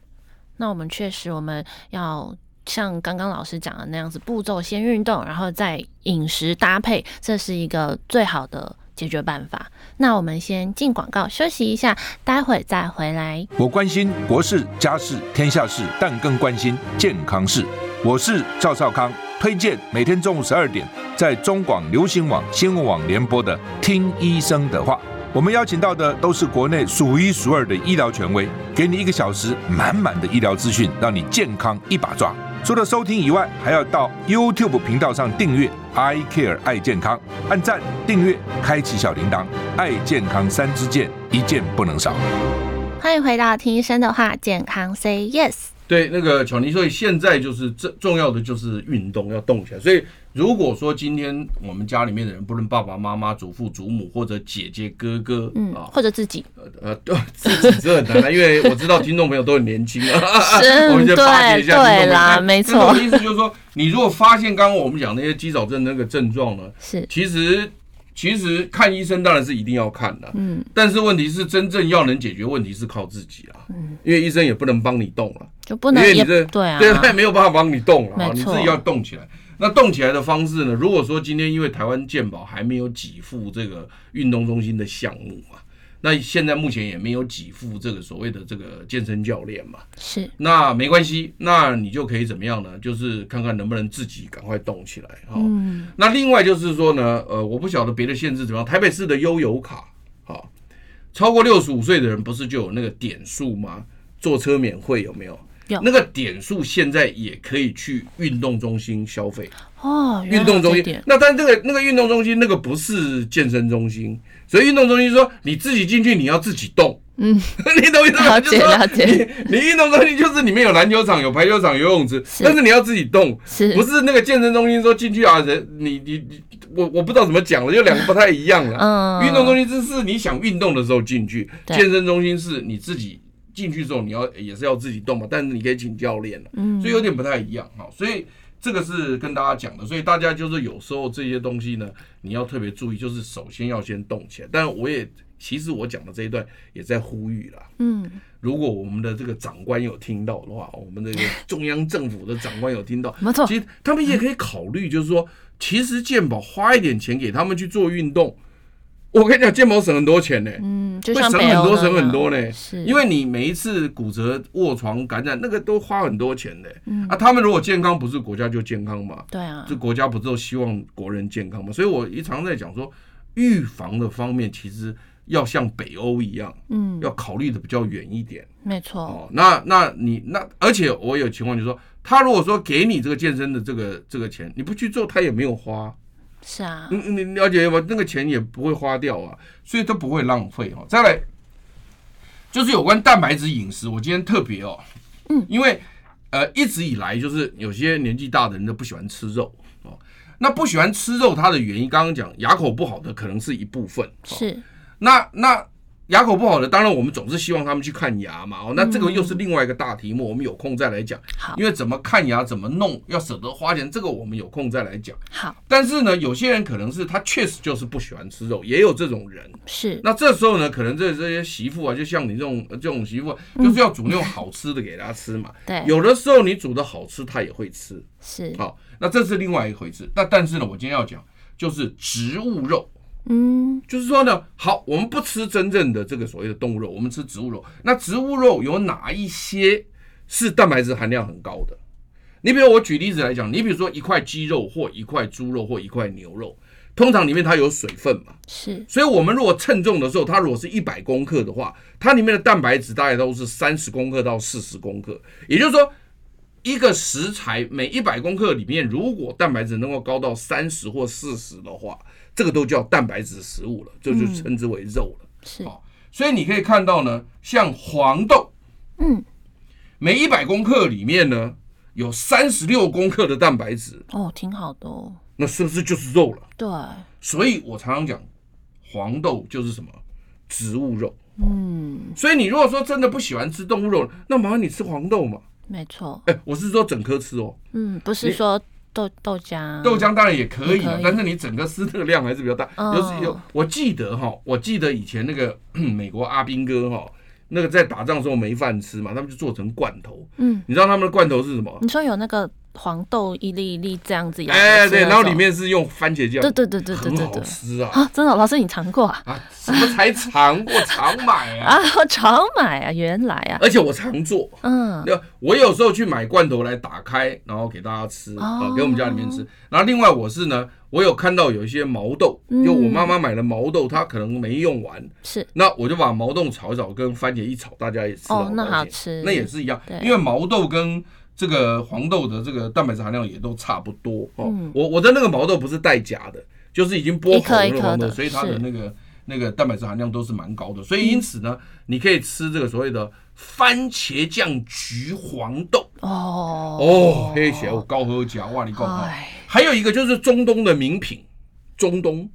Speaker 5: 那我们确实，我们要像刚刚老师讲的那样子，步骤先运动，然后再饮食搭配，这是一个最好的解决办法。那我们先进广告休息一下，待会再回来。
Speaker 7: 我关心国事、家事、天下事，但更关心健康事。我是赵少康，推荐每天中午十二点在中广流行网、新闻网联播的《听医生的话》。我们邀请到的都是国内数一数二的医疗权威，给你一个小时满满的医疗资讯，让你健康一把抓。除了收听以外，还要到 YouTube 频道上订阅 “I Care 爱健康”，按赞、订阅、开启小铃铛，爱健康三支箭，一件不能少。
Speaker 5: 欢迎回到听医生的话，健康 Say Yes。
Speaker 6: 对，那个巧妮，所以现在就是这重要的就是运动要动起来。所以如果说今天我们家里面的人，不论爸爸妈妈、祖父、祖母或者姐姐、哥哥，
Speaker 5: 嗯，
Speaker 6: 啊，
Speaker 5: 或者自己
Speaker 6: 呃，对，自己这很难啊，因为我知道听众朋友都很年轻啊，
Speaker 5: 是
Speaker 6: 我们先巴结一下听众朋友
Speaker 5: 嗯对啦
Speaker 6: 那
Speaker 5: 没错
Speaker 6: 那我的嗯意思就是说，你如果发现刚刚我们讲那些肌少症那个症状呢，
Speaker 5: 是，
Speaker 6: 其实其实看医生当然是一定要看的，
Speaker 5: 嗯，
Speaker 6: 但是问题是真正要能解决问题是靠自己啦，嗯，因为医生也不能帮你动了，
Speaker 5: 就不
Speaker 6: 因
Speaker 5: 能
Speaker 6: 为你
Speaker 5: 也
Speaker 6: 这
Speaker 5: 对啊，
Speaker 6: 对他也没有办法帮你动了啊，
Speaker 5: 没
Speaker 6: 你
Speaker 5: 错
Speaker 6: 自己要动起来。那动起来的方式呢？如果说今天因为台湾健保还没有给付这个运动中心的项目嘛，那现在目前也没有给付这个所谓的这个健身教练嘛，
Speaker 5: 是
Speaker 6: 那没关系，那你就可以怎么样呢？就是看看能不能自己赶快动起来哈、那另外就是说呢，呃，我不晓得别的县市怎么样，台北市的悠游卡，好、超过六十五岁的人不是就有那个点数吗？坐车免费有没有？
Speaker 5: 有
Speaker 6: 那个点数现在也可以去运动中心消费，
Speaker 5: 哦，原来
Speaker 6: 运动中
Speaker 5: 这
Speaker 6: 心
Speaker 5: 点。
Speaker 6: 那但这个那个运动中心那个不是健身中心，所以运动中心说你自己进去你要自己动。
Speaker 5: 嗯，
Speaker 6: 你懂我意思吗？
Speaker 5: 了
Speaker 6: 就
Speaker 5: 解
Speaker 6: 是说
Speaker 5: 了解
Speaker 6: 你。你运动中心就是里面有篮球场、有排球场、游泳池，
Speaker 5: 是
Speaker 6: 但是你要自己动，
Speaker 5: 是
Speaker 6: 不是那个健身中心说进去啊？人你你你，我我不知道怎么讲了，就两个不太一样了。
Speaker 5: 嗯
Speaker 6: 啊运动中心是是你想运动的时候进去，
Speaker 5: 对
Speaker 6: 健身中心是你自己进去之后你要也是要自己动嘛，但是你可以请教练了，嗯，所以有点不太一样哈，所以。这个是跟大家讲的，所以大家就是有时候这些东西呢，你要特别注意，就是首先要先动起来。但我也其实我讲的这一段也在呼吁啦，
Speaker 5: 嗯，
Speaker 6: 如果我们的这个长官有听到的话，我们这个中央政府的长官有听到，
Speaker 5: 没错
Speaker 6: 其实他们也可以考虑，就是说，其实健保花一点钱给他们去做运动，我跟你讲，健保省很多钱呢、
Speaker 5: 嗯，就
Speaker 6: 会
Speaker 5: 像
Speaker 6: 省
Speaker 5: 北
Speaker 6: 很
Speaker 5: 欧
Speaker 6: 多，
Speaker 5: 那
Speaker 6: 省很
Speaker 5: 样
Speaker 6: 多呢。
Speaker 5: 是
Speaker 6: 因为你每一次骨折、卧床、感染，那个都花很多钱的、啊，他们如果健康，不是国家就健康嘛？
Speaker 5: 对嗯啊
Speaker 6: 这，国家不都希望国人健康吗？所以我一常在讲说，预防的方面其实要像北欧一样，
Speaker 5: 嗯，
Speaker 6: 要考虑的比较远一点
Speaker 5: 没错，
Speaker 6: 哦。那那你那，而且我有情况就是说，他如果说给你这个健身的这个这个钱，你不去做，他也没有花，
Speaker 5: 是啊，
Speaker 6: 你你了解吗？那个钱也不会花掉啊，所以都不会浪费哈、哦。再来就是有关蛋白质饮食，我今天特别哦，嗯，因为呃一直以来就是有些年纪大的人都不喜欢吃肉哦。那不喜欢吃肉，它的原因刚刚讲牙口不好的可能是一部分，哦
Speaker 5: 是
Speaker 6: 那那牙口不好的，当然我们总是希望他们去看牙嘛。哦，那这个又是另外一个大题目，我们有空再来讲。
Speaker 5: 好
Speaker 6: 因为怎么看牙，怎么弄，要舍得花钱，这个我们有空再来讲。
Speaker 5: 好
Speaker 6: 但是呢，有些人可能是他确实就是不喜欢吃肉，也有这种人。
Speaker 5: 是
Speaker 6: 那这时候呢，可能这这些媳妇啊，就像你这种呃这种媳妇啊，就是要煮那种好吃的给他吃嘛。
Speaker 5: 嗯对
Speaker 6: 有的时候你煮的好吃，他也会吃。
Speaker 5: 是，
Speaker 6: 好，那这是另外一回事。那但是呢，我今天要讲就是植物肉。
Speaker 5: 嗯，
Speaker 6: 就是说呢，好，我们不吃真正的这个所谓的动物肉，我们吃植物肉。那植物肉有哪一些是蛋白质含量很高的？你比如我举例子来讲，你比如说一块鸡肉或一块猪肉或一块牛肉，通常里面它有水分嘛，
Speaker 5: 是
Speaker 6: 所以我们如果称重的时候，它如果是一百公克的话，它里面的蛋白质大概都是三十公克到四十公克，也就是说。一个食材每一百公克里面，如果蛋白质能够高到三十或四十的话，这个都叫蛋白质食物了，这就称之为肉了。
Speaker 5: 是，
Speaker 6: 好所以你可以看到呢，像黄豆，
Speaker 5: 嗯，
Speaker 6: 每一百公克里面呢有三十六公克的蛋白质，
Speaker 5: 哦，挺好的哦。
Speaker 6: 那是不是就是肉了？
Speaker 5: 对，
Speaker 6: 所以我常常讲，黄豆就是什么植物肉。
Speaker 5: 嗯，
Speaker 6: 所以你如果说真的不喜欢吃动物肉，那麻烦你吃黄豆嘛。
Speaker 5: 没错，
Speaker 6: 哎，我是说整颗吃哦，
Speaker 5: 嗯，不是
Speaker 6: 你
Speaker 5: 说豆豆浆，
Speaker 6: 豆浆当然也可以
Speaker 5: 也
Speaker 6: 啊
Speaker 5: 可以，
Speaker 6: 但是你整个吃那个量还是比较大。
Speaker 5: 哦
Speaker 6: 尤其有，我记得哈，我记得以前那个美国阿兵哥哈，那个在打仗的时候没饭吃嘛，他们就做成罐头。
Speaker 5: 嗯，
Speaker 6: 你知道他们的罐头是什么？
Speaker 5: 你说有那个黄豆一粒一粒这样子咬，
Speaker 6: 哎，对，
Speaker 5: 吃的
Speaker 6: 然后
Speaker 5: 时候
Speaker 6: 里，面是用番茄酱，
Speaker 5: 对对对对对
Speaker 6: 很
Speaker 5: 对
Speaker 6: 好
Speaker 5: 对，
Speaker 6: 吃啊。
Speaker 5: 啊，真的，老师你尝过啊？
Speaker 6: 啊，什么才尝过常买啊？
Speaker 5: 啊， 常买啊，原来啊，
Speaker 6: 而且我常做，
Speaker 5: 嗯，
Speaker 6: 那我有时候去买罐头来打开，然后给大家吃，啊，给我们家里面吃。然后另外我是呢，我有看到有一些毛豆，就我妈妈买的毛豆，她可能没用完，
Speaker 5: 是
Speaker 6: 那我就把毛豆炒一炒，跟番茄一炒，大家也吃了。
Speaker 5: 哦那
Speaker 6: 而且
Speaker 5: 好吃
Speaker 6: 那也是一样
Speaker 5: 对，
Speaker 6: 因为毛豆跟这个黄豆的这个蛋白质含量也都差不多哦。
Speaker 5: 嗯
Speaker 6: 我我的那个毛豆不是带夹的，就是已经剥
Speaker 5: 一颗
Speaker 6: 红
Speaker 5: 一
Speaker 6: 的
Speaker 5: 颗
Speaker 6: 黄豆，
Speaker 5: 的
Speaker 6: 所以它的
Speaker 5: 是嗯
Speaker 6: 那个那个蛋白质含量都是蛮高的。所以因此呢，你可以吃这个所谓的番茄酱焗黄豆
Speaker 5: 哦
Speaker 6: 哦，黑起来我高喝甲哇你讲哈。
Speaker 5: 哎，
Speaker 6: 还有一个就是中东的名品，中东，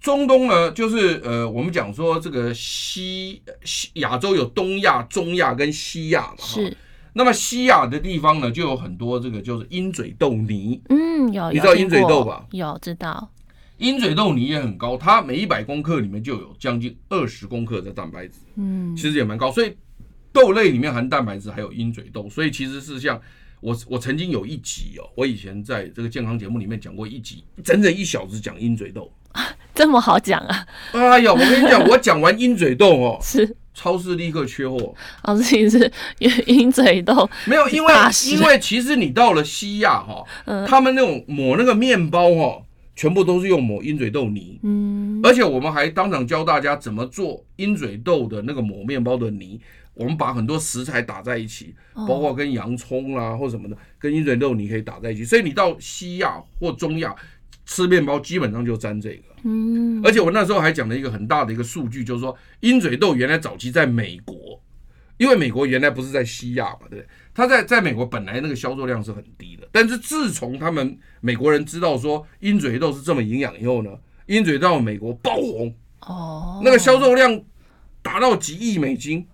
Speaker 6: 中东呢，就是呃，我们讲说这个西西亚洲有东亚、中亚跟西亚嘛，哈
Speaker 5: 是，
Speaker 6: 那么西亚的地方呢，就有很多这个就是鹰嘴豆泥，
Speaker 5: 嗯，有，
Speaker 6: 你
Speaker 5: 有
Speaker 6: 知道
Speaker 5: 听
Speaker 6: 鹰嘴
Speaker 5: 过
Speaker 6: 豆吧？
Speaker 5: 有知道，
Speaker 6: 鹰嘴豆泥也很高，它每一百公克里面就有将近二十公克的蛋白质，
Speaker 5: 嗯，
Speaker 6: 其实也蛮高，所以豆类里面含蛋白质还有鹰嘴豆，所以其实是像我我曾经有一集哦，我以前在这个健康节目里面讲过一集，整整一小时讲鹰嘴豆。
Speaker 5: 这么好讲啊？
Speaker 6: 哎呀，我跟你讲，我讲完鹰嘴豆哦，
Speaker 5: 是，
Speaker 6: 超市立刻缺货。
Speaker 5: 老师你是 鹰嘴豆，
Speaker 6: 没有，因为
Speaker 5: 大师嗯
Speaker 6: 因为其实你到了西亚哈、他们那种抹那个面包哈、全部都是用抹鹰嘴豆泥。
Speaker 5: 嗯，
Speaker 6: 而且我们还当场教大家怎么做鹰嘴豆的那个抹面包的泥。我们把很多食材打在一起，
Speaker 5: 哦
Speaker 6: 包括跟洋葱啦、或什么的，跟鹰嘴豆泥可以打在一起。所以你到西亚或中亚吃面包，基本上就沾这个。
Speaker 5: 嗯，
Speaker 6: 而且我那时候还讲了一个很大的一个数据，就是说鹰嘴豆原来早期在美国，因为美国原来不是在西亚嘛，对不对？它在在美国本来那个销售量是很低的，但是自从他们美国人知道说鹰嘴豆是这么营养以后呢，鹰嘴豆美国爆红，
Speaker 5: 哦，
Speaker 6: 那个销售量达到几亿美金，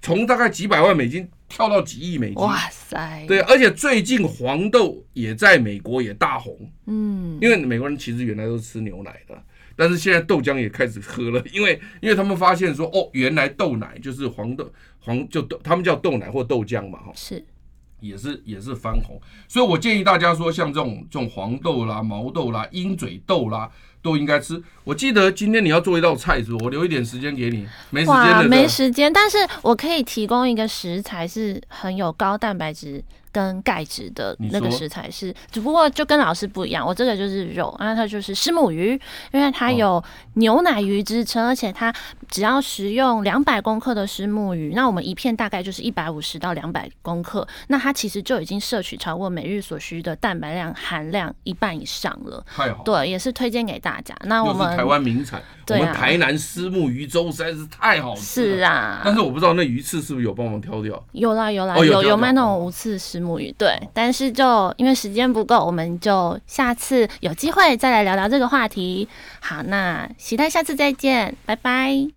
Speaker 6: 从大概几百万美金跳到几亿美金。
Speaker 5: 哇塞，
Speaker 6: 对，，而且最近黄豆也在美国也大红，
Speaker 5: 嗯，
Speaker 6: 因为美国人其实原来都是吃牛奶的，但是现在豆浆也开始喝了，因为因为他们发现说，哦，原来豆奶就是黄豆黄就豆，他们叫豆奶或豆浆嘛，哈，
Speaker 5: 是，
Speaker 6: 也是也是翻红。所以我建议大家说，像这种这种黄豆啦、毛豆啦、鹰嘴豆啦，都应该吃。我记得今天你要做一道菜是不是？我留一点时间给你，没时间
Speaker 5: 哇，
Speaker 6: 了。
Speaker 5: 没
Speaker 6: 对
Speaker 5: 时间，但是我可以提供一个食材是很有高蛋白质跟钙质的
Speaker 6: 你
Speaker 5: 那个
Speaker 6: 说
Speaker 5: 食材是，只不过就跟老师不一样，我这个就是肉，那它就是石母鱼，因为它
Speaker 6: 哦
Speaker 5: 有牛奶鱼之称，而且它只要食用两百公克的石母鱼，那我们一片大概就是一百五十到两百公克，那它其实就已经摄取超过每日所需的蛋白量含量一半以上了。
Speaker 6: 太好了。
Speaker 5: 对，也是推荐给大家。那我
Speaker 6: 又是
Speaker 5: 们
Speaker 6: 台湾名产，我
Speaker 5: 对啊
Speaker 6: 们台南虱目鱼粥实在是太好吃了。
Speaker 5: 是，啊，
Speaker 6: 但是我不知道那鱼刺是不是有帮忙挑掉。
Speaker 5: 有啦有啦，
Speaker 6: 哦有
Speaker 5: 有
Speaker 6: 有
Speaker 5: 有卖
Speaker 6: 有
Speaker 5: 那种无刺石母鱼，对。但是就因为时间不够，我们就下次有机会再来聊聊这个话题。好，那期待下次再见，拜拜。